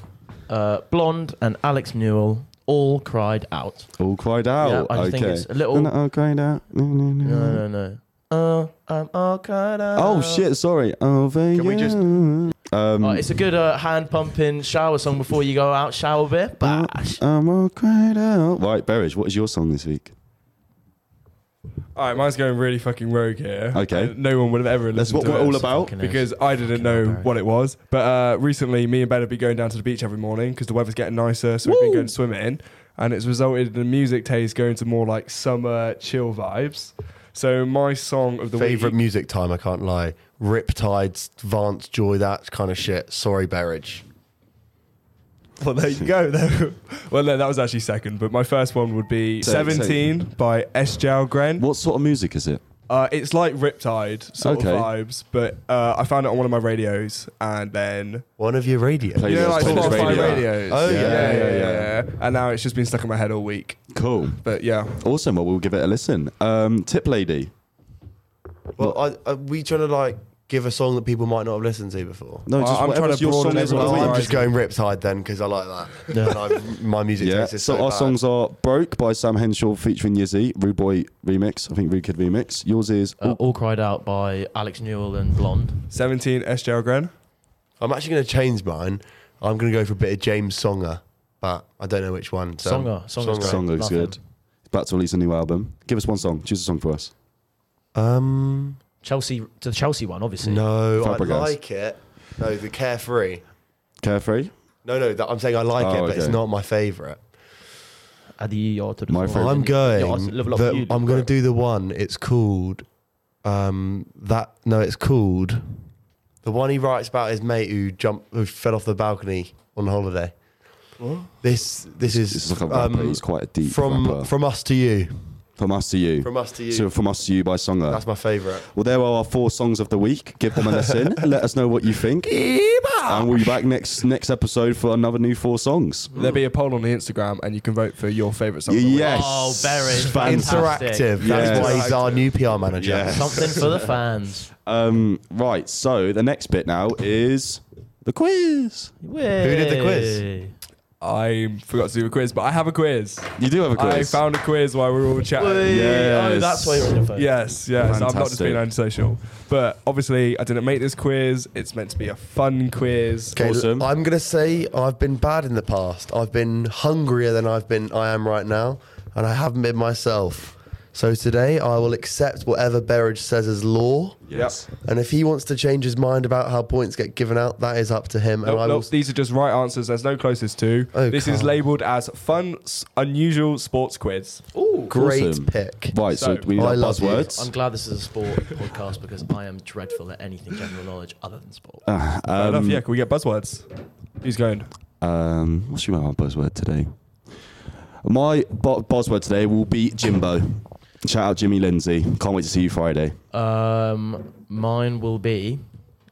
Speaker 3: uh, Blonde and Alex Newell. All cried out.
Speaker 2: All cried out.
Speaker 3: I just
Speaker 2: Oh, okay.
Speaker 3: think it's a little-
Speaker 2: No, no, all cried out. No, no, no.
Speaker 3: No, no, no. Oh, I'm all cried out.
Speaker 2: Oh shit! Sorry. Over
Speaker 5: Can we just-
Speaker 2: you. Um,
Speaker 3: Uh, it's a good uh, hand pumping shower song before you go out. Shower bit. Bash.
Speaker 2: I'm all cried out. Right, Berish, what is your song this week?
Speaker 4: All right, mine's going really fucking rogue here.
Speaker 2: Okay.
Speaker 4: Uh, No one would have ever
Speaker 2: That's
Speaker 4: listened
Speaker 2: what
Speaker 4: to
Speaker 2: we're
Speaker 4: it.
Speaker 2: all about.
Speaker 3: Fucking hell.
Speaker 4: Because I didn't know
Speaker 3: Barry.
Speaker 4: what it was. But uh, recently, me and Ben have been going down to the beach every morning because the weather's getting nicer. So we've been going swimming. And it's resulted in the music taste going to more like summer chill vibes. So my song of the
Speaker 5: Favorite
Speaker 4: week.
Speaker 5: music time, I can't lie. Riptides, Vance Joy, that kind of shit. Sorry, Berridge.
Speaker 4: Well, there you go. There- well, no, that was actually second. But my first one would be
Speaker 2: Say- say-
Speaker 4: 17 by S. Jao Gren.
Speaker 2: What sort of music is it?
Speaker 4: Uh, it's like Riptide sort
Speaker 2: Okay.
Speaker 4: of vibes. But uh, I found it on one of my radios. And then
Speaker 5: One of your radio.
Speaker 2: Play-
Speaker 4: you know, like
Speaker 2: Playlist, playlist
Speaker 4: Spotify
Speaker 2: radio.
Speaker 4: radios.
Speaker 5: Oh, yeah.
Speaker 4: yeah,
Speaker 2: Yeah,
Speaker 4: yeah,
Speaker 2: yeah.
Speaker 4: yeah. And now it's just been stuck in my head all week.
Speaker 2: Cool.
Speaker 4: But yeah,
Speaker 2: Awesome. Well, we'll give it a listen. Um, Tip Lady.
Speaker 5: Well, I, are we trying to like give a song that people might not have listened to before?
Speaker 2: No,
Speaker 4: I-
Speaker 2: just
Speaker 4: I'm
Speaker 2: whatever
Speaker 4: trying to
Speaker 2: your
Speaker 4: broaden
Speaker 2: song is.
Speaker 4: it
Speaker 2: of
Speaker 5: Well,
Speaker 2: the
Speaker 4: as
Speaker 5: I'm
Speaker 2: week.
Speaker 4: well.
Speaker 5: just going Riptide then because I like that.
Speaker 3: Yeah.
Speaker 5: And I've, my music
Speaker 2: Yeah.
Speaker 5: taste
Speaker 2: So,
Speaker 5: is so,
Speaker 2: our
Speaker 5: bad.
Speaker 2: songs are "Broke" by Sam Henshaw featuring Yizzy, Rude Boy remix. I think Rude Kid remix. Yours is
Speaker 5: Oh,
Speaker 3: Uh, All cried out by Alex Newell and Blonde.
Speaker 4: 17 SJL Gren.
Speaker 5: I'm actually going to change mine. I'm going to go for a bit of James Songer, but I don't know which one. So
Speaker 3: Songer, Songer's
Speaker 5: Songer.
Speaker 3: great.
Speaker 2: song looks
Speaker 3: Love him.
Speaker 2: good. He's about to release a new album. Give us one song. Choose a song for us.
Speaker 5: Um,
Speaker 3: Chelsea to the Chelsea one, obviously.
Speaker 5: no, I
Speaker 2: Fabregas.
Speaker 5: like it. No, the Carefree.
Speaker 2: Carefree.
Speaker 5: No, no, that, I'm saying I like
Speaker 2: Oh,
Speaker 5: it, but it's
Speaker 2: okay.
Speaker 5: not my favourite.
Speaker 3: Adi or to the
Speaker 2: My
Speaker 3: floor.
Speaker 2: favourite.
Speaker 5: I'm going.
Speaker 3: Yeah, I love a lot
Speaker 5: the-
Speaker 3: of you.
Speaker 5: I'm going to do the one. It's called um, that. No, it's called the one he writes about his mate who jumped, who fell off the balcony on holiday. This, this is,
Speaker 2: This is like a rapper.
Speaker 5: um,
Speaker 2: He's quite a deep
Speaker 5: from
Speaker 2: rapper.
Speaker 5: from us to you.
Speaker 2: From us to you.
Speaker 5: From us to you.
Speaker 2: So from us to you by Songer.
Speaker 5: That's my favourite.
Speaker 2: Well, there are our four songs of the week. Give them a listen. Let us know what you think. And we'll be back next next episode for another new four songs.
Speaker 4: There'll be a poll on the Instagram and you can vote for your favourite song. of the week.
Speaker 2: Yes.
Speaker 3: Oh, very fantastic.
Speaker 5: Interactive. That's
Speaker 2: Yes.
Speaker 5: why he's our new PR manager.
Speaker 2: Yes.
Speaker 3: Something for the fans.
Speaker 2: Um, right. So the next bit now is the quiz.
Speaker 3: Who
Speaker 5: did the quiz?
Speaker 4: I forgot to do a quiz, but I have a quiz.
Speaker 2: You do have a
Speaker 4: I
Speaker 2: quiz.
Speaker 4: found a quiz while we were all chatting.
Speaker 3: Oh, that's why you're on your phone.
Speaker 4: Yes, yes. I'm not just being
Speaker 2: Fantastic.
Speaker 4: antisocial. But obviously, I didn't make this quiz. It's meant to be a fun quiz.
Speaker 5: Okay,
Speaker 2: Awesome.
Speaker 5: I'm gonna say I've been bad in the past. I've been hungrier than I've been I am right now, and I haven't been myself. So today I will accept whatever Berridge says as law.
Speaker 2: yes.
Speaker 5: And if he wants to change his mind about how points get given out, that is up to him.
Speaker 4: Nope,
Speaker 5: and I
Speaker 4: nope,
Speaker 5: will
Speaker 4: These are just right answers. There's no closest to.
Speaker 5: Oh,
Speaker 4: this is
Speaker 5: come.
Speaker 4: labelled as fun, s- unusual sports quiz.
Speaker 5: great
Speaker 2: Awesome.
Speaker 5: pick.
Speaker 2: Right. So,
Speaker 4: So,
Speaker 2: we need
Speaker 5: I
Speaker 2: our
Speaker 5: love you.
Speaker 3: I'm
Speaker 2: buzzwords.
Speaker 3: glad this is a sport podcast because I am dreadful at anything general knowledge other than sport.
Speaker 5: Ah.
Speaker 4: Fair enough. Um, Yeah, can we get buzzwords? Who's going?
Speaker 2: Um, what's your my buzzword today? My bo- buzzword today will be Jimbo. Shout out Jimmy Lindsay. Can't wait to see you Friday.
Speaker 3: Um, mine will be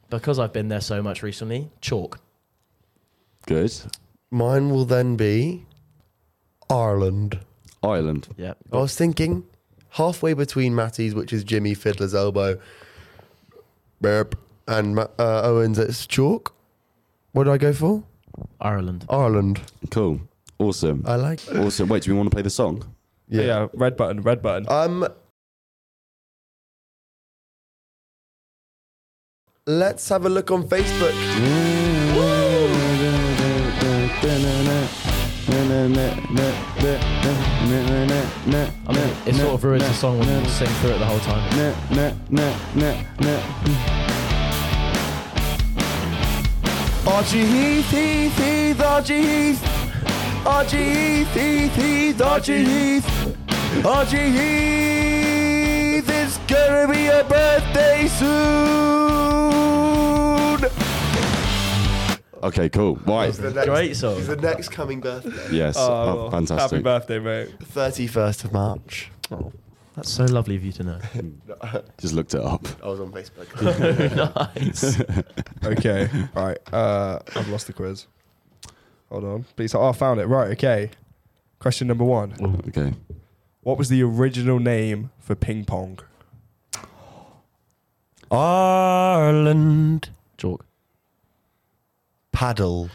Speaker 3: because I've been there so much recently. Chalk.
Speaker 2: Good.
Speaker 5: Mine will then be Ireland.
Speaker 2: Ireland.
Speaker 3: Yeah.
Speaker 5: I was thinking halfway between Matty's, which is Jimmy Fiddler's elbow, burp, and Ma- uh, Owens, it's chalk. What do I go for?
Speaker 3: Ireland.
Speaker 5: Ireland.
Speaker 2: Cool. Awesome.
Speaker 5: I like.
Speaker 2: awesome. Wait, do we want to play the song?
Speaker 4: Yeah. red button, red button.
Speaker 5: Um. Let's have a look on Facebook.
Speaker 3: I mean, it sort of ruins the song when you sing through it the whole time.
Speaker 5: Archie Heath, Heath, Heath, Archie Heath. Archie Heath, Heath, Heath, Archie Heath. Archie Heath, it's gonna be a birthday soon.
Speaker 2: Okay, cool. Right.
Speaker 5: The next,
Speaker 3: Great song.
Speaker 5: The next coming birthday,
Speaker 2: Yes.
Speaker 4: Oh,
Speaker 2: Oh,
Speaker 4: Happy
Speaker 2: fantastic.
Speaker 4: birthday, mate.
Speaker 5: 31st of March.
Speaker 3: That's so lovely of you to know.
Speaker 2: Just looked it up.
Speaker 5: I was on Facebook.
Speaker 3: nice.
Speaker 4: Okay. right. Uh, I've lost the quiz. Hold on. Please. Oh, I found it. Right. Okay. Question number one.
Speaker 2: Okay.
Speaker 4: What was the original name for ping pong?
Speaker 5: Ireland.
Speaker 3: Chalk.
Speaker 5: Paddle.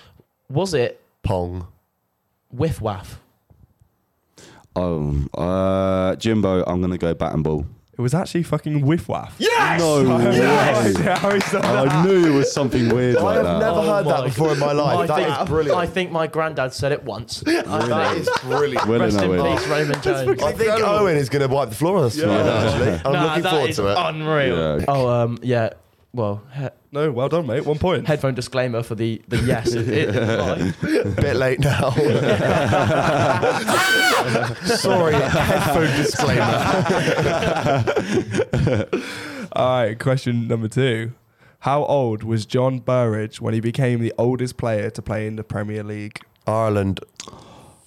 Speaker 3: Was it
Speaker 5: Pong.
Speaker 3: Whiff Waff?
Speaker 2: Oh, uh, Jimbo, I'm going to go bat and ball.
Speaker 4: It was actually fucking Whiff Waff.
Speaker 2: Yes! No.
Speaker 4: Yes!
Speaker 2: way.
Speaker 4: How is that?
Speaker 2: I knew it was something weird
Speaker 5: I
Speaker 2: like
Speaker 5: have
Speaker 2: that.
Speaker 5: never
Speaker 3: Oh
Speaker 5: heard that
Speaker 3: my
Speaker 5: before in my life. That is
Speaker 3: think,
Speaker 5: brilliant.
Speaker 3: I think my granddad said it once.
Speaker 5: that is brilliant. Oh.
Speaker 2: Well
Speaker 3: Rest
Speaker 2: done,
Speaker 3: in
Speaker 2: Owen.
Speaker 3: peace, Raymond Jones.
Speaker 5: I think Owen is going to wipe the floor with us tonight. Actually, I'm
Speaker 3: Nah,
Speaker 5: looking
Speaker 3: that
Speaker 5: forward
Speaker 3: is
Speaker 5: to it.
Speaker 3: Unreal.
Speaker 2: Yeah.
Speaker 3: Oh, um, yeah. Well, he-
Speaker 4: No, well done, mate. One point.
Speaker 3: headphone disclaimer for the the yes. It- it-
Speaker 5: Bit late now. Sorry, headphone disclaimer.
Speaker 4: All right, question number two. How old was John Burridge when he became the oldest player to play in the Premier League?
Speaker 5: Ireland,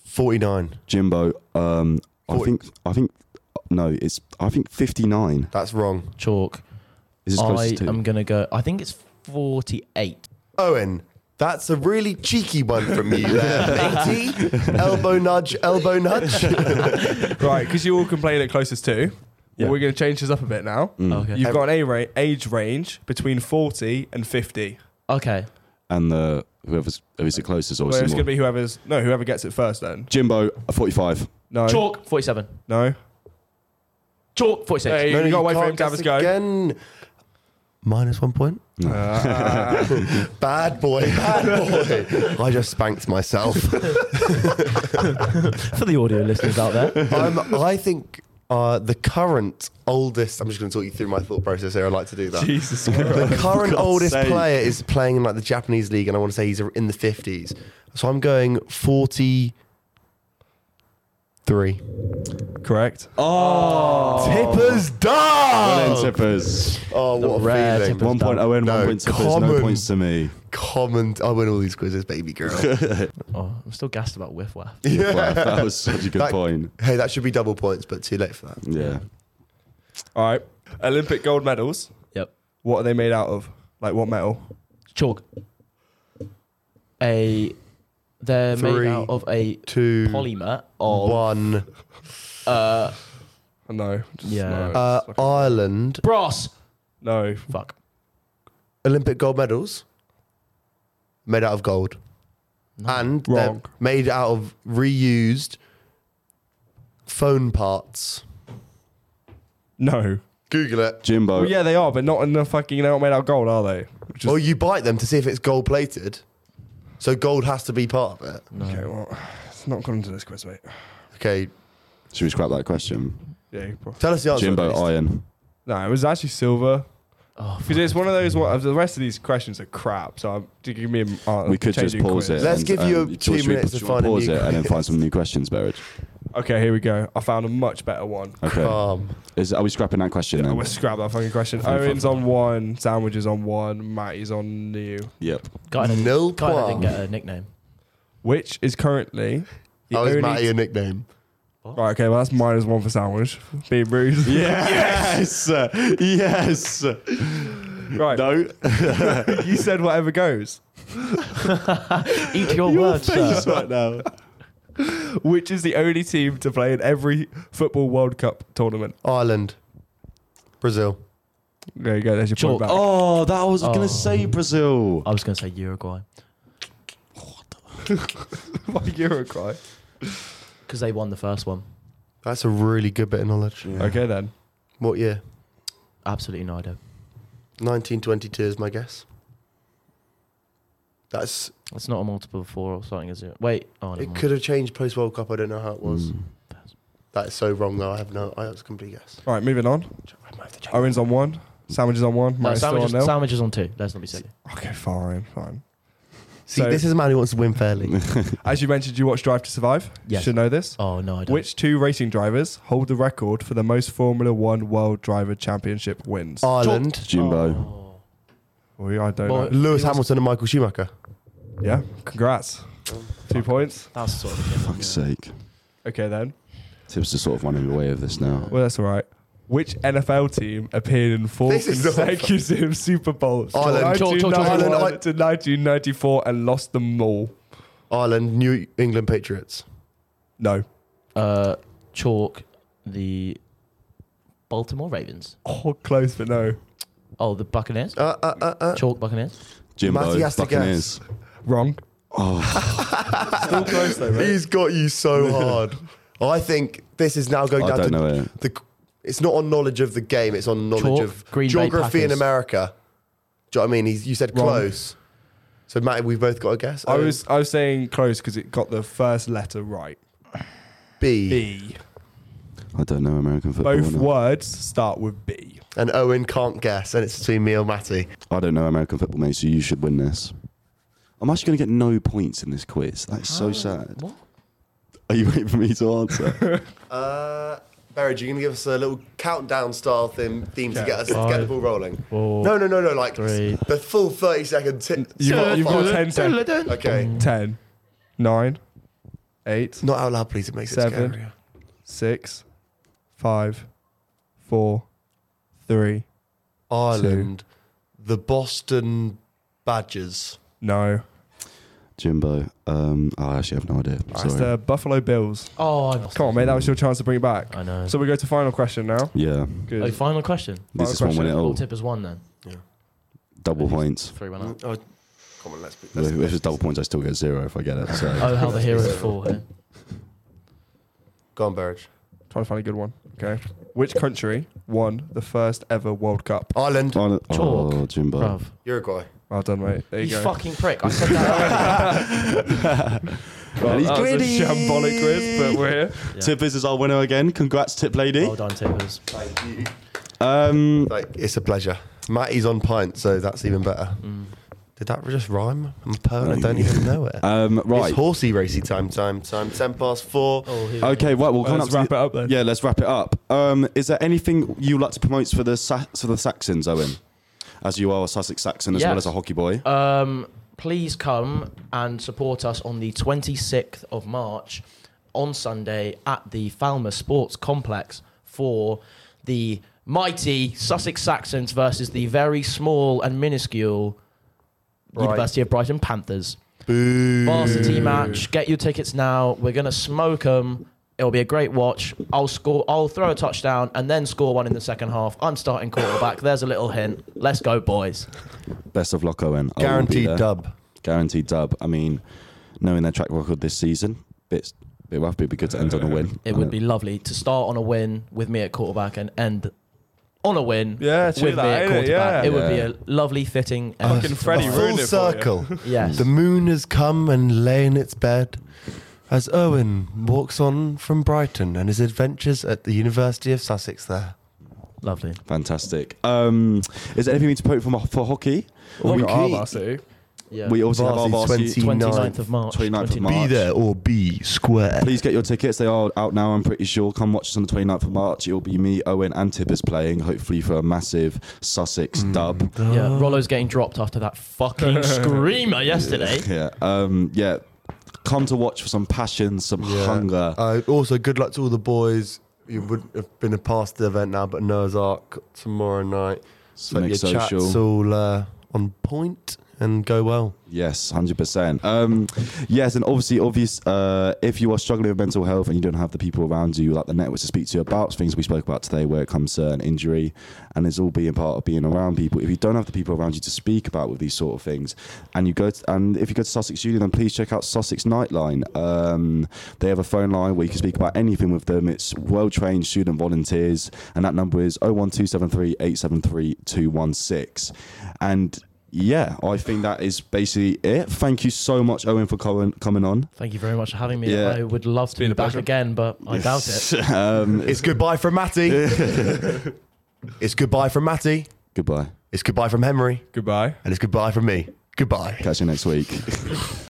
Speaker 5: 49.
Speaker 2: Jimbo, um, I
Speaker 5: Forty.
Speaker 2: think, I think, no, it's, I think 59.
Speaker 5: That's wrong.
Speaker 3: Chalk.
Speaker 2: Is this
Speaker 3: I
Speaker 2: closest to?
Speaker 3: am gonna go. I think it's forty-eight.
Speaker 5: Owen, that's a really cheeky one from you there, matey. Elbow nudge, elbow nudge.
Speaker 4: right, because you all can play it closest to.
Speaker 2: Yeah.
Speaker 4: Well, we're going to change this up a bit now.
Speaker 3: Oh, Okay.
Speaker 4: You've got an a ra- age range between 40 and 50.
Speaker 3: okay.
Speaker 2: And the whoever's who's the closest,
Speaker 4: Well, it's
Speaker 2: obviously.
Speaker 4: going to
Speaker 2: more.
Speaker 4: be whoever's no, whoever gets it first. Then
Speaker 2: Jimbo, 45.
Speaker 4: no,
Speaker 3: Chalk 47.
Speaker 4: no.
Speaker 3: Chalk 46.
Speaker 4: Hey,
Speaker 7: No,
Speaker 4: you got to wait for
Speaker 7: can't
Speaker 4: him to have
Speaker 7: guess
Speaker 4: his go.
Speaker 7: Again. Minus one point.
Speaker 4: Ah.
Speaker 7: Bad boy, bad boy. I just spanked myself.
Speaker 3: For the audio listeners out there.
Speaker 7: I'm, I think uh, the current oldest. I'm just going to talk you through my thought process here. I like to do that.
Speaker 4: Jesus Christ.
Speaker 7: The current
Speaker 2: God's
Speaker 7: oldest
Speaker 2: sake.
Speaker 7: player is playing in like the Japanese league, and I want to say he's in the 50s. So I'm going 43.
Speaker 4: Correct.
Speaker 7: Tippers
Speaker 2: Well
Speaker 7: down.
Speaker 2: then, tippers.
Speaker 7: Oh, what a
Speaker 3: rare
Speaker 7: feeling.
Speaker 3: tippers.
Speaker 2: One point Owen,
Speaker 7: No,
Speaker 2: one point tippers, no
Speaker 7: common.
Speaker 2: points to me.
Speaker 7: Comment. I win all these quizzes, baby girl.
Speaker 3: Oh, I'm still gassed about Whiff Waff.
Speaker 2: Wow, that was such a good
Speaker 7: That-
Speaker 2: point.
Speaker 7: hey, that should be double points, but too late for that.
Speaker 2: Yeah.
Speaker 4: All right. Olympic gold medals.
Speaker 3: Yep.
Speaker 4: What are they made out of? Like what metal?
Speaker 3: Chalk. A. They're
Speaker 7: Three,
Speaker 3: made out of a
Speaker 7: Two,
Speaker 3: polymer of.
Speaker 7: one.
Speaker 3: Uh,
Speaker 4: No. Just
Speaker 3: Yeah.
Speaker 4: No.
Speaker 7: Uh,
Speaker 4: Just-
Speaker 7: Ireland
Speaker 3: brass.
Speaker 4: no.
Speaker 3: Fuck.
Speaker 7: Olympic gold medals made out of gold.
Speaker 3: No.
Speaker 7: And they're
Speaker 4: Wrong.
Speaker 7: made out of reused phone parts.
Speaker 4: No.
Speaker 7: Google it.
Speaker 2: Jimbo.
Speaker 4: Well, yeah, they are, but not in the fucking. They're not made out of gold, are they? Which is-
Speaker 7: Or you bite them to see if it's gold plated. So gold has to be part of it.
Speaker 3: No.
Speaker 4: Oh, Okay, well, it's not gone into this quiz, mate.
Speaker 7: Okay,
Speaker 2: Should we scrap that question?
Speaker 4: Yeah, you probably.
Speaker 7: tell us the answer.
Speaker 2: Jimbo,
Speaker 7: at least.
Speaker 2: iron.
Speaker 4: No, it was actually silver
Speaker 3: Oh,
Speaker 4: because it's one of those. What the rest of these questions are crap. So I'm, do you give me. A, uh,
Speaker 2: we could just
Speaker 4: changing
Speaker 2: pause
Speaker 4: quiz.
Speaker 2: it.
Speaker 7: Let's
Speaker 2: and-
Speaker 7: give you
Speaker 2: and-
Speaker 7: two
Speaker 2: should we-
Speaker 7: minutes to
Speaker 2: should we
Speaker 7: find a
Speaker 2: pause
Speaker 7: new
Speaker 2: it and then
Speaker 7: quiz?
Speaker 2: find some new questions, Berridge.
Speaker 4: Okay, here we go. I found a much better one.
Speaker 2: Okay.
Speaker 7: Calm.
Speaker 2: Is, are we scrapping that question
Speaker 4: Yeah,
Speaker 2: then?
Speaker 4: we'll scrap that fucking question.
Speaker 2: Fuck,
Speaker 4: Owen's
Speaker 2: fuck.
Speaker 4: on one, sandwiches on one, Matty's on you.
Speaker 2: Yep.
Speaker 3: Guy didn't,
Speaker 7: Nil
Speaker 3: guy didn't
Speaker 7: points.
Speaker 3: get a nickname.
Speaker 4: Which is currently the
Speaker 7: How is
Speaker 4: only
Speaker 7: Oh, Matty a nickname?
Speaker 4: Right, okay, well that's minus one for sandwich. Being rude.
Speaker 2: Yes. yes.
Speaker 4: right.
Speaker 2: No.
Speaker 4: You said whatever goes.
Speaker 3: Eat your, words, sir.
Speaker 2: right now.
Speaker 4: Which is the only team to play in every football World Cup tournament.
Speaker 7: Ireland. Brazil.
Speaker 4: There you go, there's your
Speaker 3: Chalk.
Speaker 4: point back.
Speaker 2: Oh, that I was going
Speaker 3: Oh.
Speaker 2: to say Brazil.
Speaker 3: I was going to say Uruguay Oh
Speaker 4: Uruguay.
Speaker 3: because they won the first one.
Speaker 7: That's a really good bit of knowledge.
Speaker 4: Okay then.
Speaker 7: What year?
Speaker 3: Absolutely no idea.
Speaker 7: 1922 is my guess. That's.
Speaker 3: It's not a multiple of four or something, is it? Wait. Oh,
Speaker 7: It
Speaker 3: never
Speaker 7: could have changed post World Cup. I don't know how it was.
Speaker 2: Mm.
Speaker 7: That is so wrong, though. I have no. I was a complete guess.
Speaker 4: All right, moving on.
Speaker 7: I might have to check.
Speaker 4: Owen's on one, sandwiches on one,
Speaker 3: mind. No,
Speaker 4: Matty's still on
Speaker 3: sandwiches,
Speaker 4: nil.
Speaker 3: sandwiches on two. Let's not be silly.
Speaker 4: okay, fine, fine.
Speaker 7: See,
Speaker 4: So-
Speaker 7: this is a man who wants to win fairly.
Speaker 4: As you mentioned, you watched Drive to Survive. You
Speaker 3: Yes.
Speaker 4: should know this.
Speaker 3: Oh no, I don't.
Speaker 4: Which two racing drivers hold the record for the most Formula One World Driver Championship wins?
Speaker 3: Oh.
Speaker 7: Ireland.
Speaker 2: Jimbo.
Speaker 4: We I don't
Speaker 3: Well-
Speaker 4: know.
Speaker 7: Lewis
Speaker 3: He was-
Speaker 7: Hamilton and Michael Schumacher.
Speaker 4: Yeah, congrats. Two points.
Speaker 3: That's sort of. the
Speaker 2: Fuck's sake.
Speaker 4: Okay then.
Speaker 2: Tips are sort of running away of this now.
Speaker 4: Well, that's all right. Which NFL team appeared in four
Speaker 7: This is not fun.
Speaker 4: consecutive Super Bowls?
Speaker 7: Ireland.
Speaker 3: Chalk, chalk, chalk,
Speaker 4: 1991
Speaker 7: chalk.
Speaker 4: to 1994 and lost them all.
Speaker 7: Ireland, New England Patriots.
Speaker 4: No.
Speaker 3: Uh, chalk the Baltimore Ravens.
Speaker 4: Oh, close, but no.
Speaker 3: Oh, the Buccaneers.
Speaker 7: Uh, uh, uh, uh.
Speaker 3: Chalk Buccaneers.
Speaker 2: Jimbo.
Speaker 7: Matty has to
Speaker 2: Buccaneers.
Speaker 4: Wrong.
Speaker 2: Oh,
Speaker 4: Still close, though, right?
Speaker 7: He's got you so hard. I think this is now going
Speaker 2: I
Speaker 7: down to
Speaker 2: don't know it.
Speaker 7: the. It's not on knowledge of the game. It's on knowledge
Speaker 3: Chalk,
Speaker 7: of
Speaker 3: Green Bay
Speaker 7: geography in
Speaker 3: Packers.
Speaker 7: America. Do you know what I mean? He's, you said
Speaker 4: Wrong.
Speaker 7: close. So, Matty, we've both got a guess.
Speaker 4: I
Speaker 7: Oh,
Speaker 4: was I was saying close because it got the first letter right.
Speaker 7: B.
Speaker 4: B.
Speaker 2: I don't know American football.
Speaker 4: E. Both
Speaker 2: no.
Speaker 4: words start with B.
Speaker 7: And Owen can't guess, and it's between me or Matty.
Speaker 2: I don't know American football, mate, so you should win this. I'm actually going to get no points in this quiz. That is so sad.
Speaker 3: What?
Speaker 2: Are you waiting for me to answer?
Speaker 7: Uh, Barrage, you're going to give us a little countdown style theme, theme to
Speaker 4: Okay.
Speaker 7: get us to get the
Speaker 3: Five,
Speaker 7: ball rolling.
Speaker 3: four,
Speaker 7: no, no, no, no. Like
Speaker 3: three.
Speaker 7: the full 30 second tip.
Speaker 4: You've got, you've got Mm. 10 seconds.
Speaker 7: Okay.
Speaker 4: 10, 9, 8,
Speaker 7: Not out loud, please. It makes
Speaker 4: Seven.
Speaker 7: it scarier.
Speaker 4: 6, 5, 4, 3,
Speaker 7: Ireland, the Boston Badgers.
Speaker 4: no.
Speaker 2: Jimbo. Um, I actually have no idea.
Speaker 4: It's uh,
Speaker 2: Sorry.
Speaker 4: the Buffalo Bills.
Speaker 3: Oh, I lost
Speaker 4: Come on,
Speaker 3: it.
Speaker 4: mate. That was your chance to bring it back.
Speaker 3: I know.
Speaker 4: So we go to final question now.
Speaker 2: yeah,
Speaker 4: Good.
Speaker 3: oh, final question.
Speaker 2: this is one win it
Speaker 3: All
Speaker 2: all.
Speaker 3: tippers won then.
Speaker 2: Double points.
Speaker 3: Three went out.
Speaker 7: Oh, come on, let's be.
Speaker 2: If if it's double points, I still get zero if I get it. So.
Speaker 3: Oh, how the heroes fall here.
Speaker 7: Go on, Burridge.
Speaker 4: Trying to find a good one. Okay. Which country won the first ever World Cup?
Speaker 7: Ireland,
Speaker 2: Oh,
Speaker 3: Chalk.
Speaker 2: oh, Jimbo.
Speaker 3: Bruv.
Speaker 7: Uruguay.
Speaker 4: Well done, mate. There
Speaker 3: You,
Speaker 4: you, go.
Speaker 3: fucking prick. I said that
Speaker 4: Well,
Speaker 2: And he's
Speaker 4: that was a
Speaker 2: greedy.
Speaker 4: shambolic quiz, but we're here.
Speaker 3: earlier. Yeah.
Speaker 2: Tippers is our winner again. Congrats, tip lady.
Speaker 3: Well done, tippers.
Speaker 7: Thank you.
Speaker 2: Um,
Speaker 7: Like, it's a pleasure. Matty's on pint, so that's even better.
Speaker 4: Mm.
Speaker 7: Did that just rhyme? I'm permanent. I don't even know it.
Speaker 2: um, right.
Speaker 7: It's horsey racy time, time, time. Ten past four.
Speaker 3: Oh, here we
Speaker 2: Okay, right. We'll come
Speaker 4: Let's
Speaker 2: up to
Speaker 4: wrap
Speaker 2: the-
Speaker 4: it up then.
Speaker 2: Yeah, let's wrap it up. Um, is there anything you like to promote for the Sa- for the Saxons, Owen? As you are a Sussex Saxon as
Speaker 3: Yeah.
Speaker 2: well as a hockey boy.
Speaker 3: go. Um, please come and support us on the 26th of March on Sunday at the Falmer Sports Complex for the mighty Sussex Saxons versus the very small and minuscule University of Brighton Panthers. Varsity match. Get your tickets now. We're gonna smoke them. It'll be a great watch. I'll score. I'll throw a touchdown and then score one in the second half. I'm starting quarterback. There's a little hint. Let's go, boys.
Speaker 2: Best of luck, Owen. I will be
Speaker 7: Guaranteed
Speaker 2: there.
Speaker 7: dub.
Speaker 2: Guaranteed dub. I mean, knowing their track record this season, bit bit rough, but it'd be good to end on a win.
Speaker 3: It would be lovely to start on a win with me at quarterback and end on a win
Speaker 4: Yeah,
Speaker 3: with
Speaker 4: true
Speaker 3: me
Speaker 4: that,
Speaker 3: at
Speaker 4: ain't it?
Speaker 3: quarterback.
Speaker 4: Yeah.
Speaker 3: It would be
Speaker 2: Yeah.
Speaker 3: a lovely fitting. end
Speaker 4: Fucking
Speaker 3: to
Speaker 4: Freddie
Speaker 3: the-
Speaker 4: Ru-
Speaker 7: Full
Speaker 4: ruined it for you.
Speaker 7: circle.
Speaker 3: Yes.
Speaker 7: The moon has come and lay in its bed as Owen walks on from Brighton and his adventures at the University of Sussex there.
Speaker 3: Lovely.
Speaker 2: fantastic. Um, is there anything we need to promote from for hockey?
Speaker 4: Look
Speaker 2: we,
Speaker 4: at our varsity.
Speaker 3: Yeah.
Speaker 2: we also have our
Speaker 7: Varsity
Speaker 2: varsity.
Speaker 7: 29th
Speaker 3: 29th of March.
Speaker 2: 29th of
Speaker 3: 29th.
Speaker 2: March.
Speaker 7: or be square.
Speaker 2: Please get your tickets. They are out now, I'm pretty sure. Come watch us on the 29th of March. It'll be me, Owen, and Tippers playing, hopefully for a massive Sussex
Speaker 7: Mm.
Speaker 2: dub.
Speaker 3: Yeah. Rollo's getting dropped after that fucking screamer yesterday.
Speaker 2: Yeah. Um, yeah. Come to watch for some passion, some hunger.
Speaker 7: Uh, also, good luck to all the boys. You wouldn't have been a past the event now, but Noah's Ark tomorrow night. So
Speaker 2: make
Speaker 7: your chat's
Speaker 2: social.
Speaker 7: all uh, on point and go well.
Speaker 2: Yes, hundred percent. Um, yes, and obviously, obvious. Uh, if you are struggling with mental health and you don't have the people around you, like the networks to speak to you about things we spoke about today, where it comes to an injury, and it's all being part of being around people. If you don't have the people around you to speak about with these sort of things, and you go to, and if you go to Sussex Union, then please check out Sussex Nightline. Um, they have a phone line where you can speak about anything with them. It's well trained student volunteers, and that number is 01273 873 216. And yeah, I think that is basically it. Thank you so much, Owen, for coming coming on.
Speaker 3: Thank you very much for having me.
Speaker 2: Yeah.
Speaker 3: I would love to be
Speaker 4: been a
Speaker 3: back
Speaker 4: pleasure.
Speaker 3: again, but I doubt it.
Speaker 2: um,
Speaker 7: It's goodbye from Matty. it's goodbye from Matty.
Speaker 2: goodbye.
Speaker 7: It's goodbye from Henry.
Speaker 4: Goodbye.
Speaker 7: And it's goodbye from me. Goodbye.
Speaker 2: Catch you next week.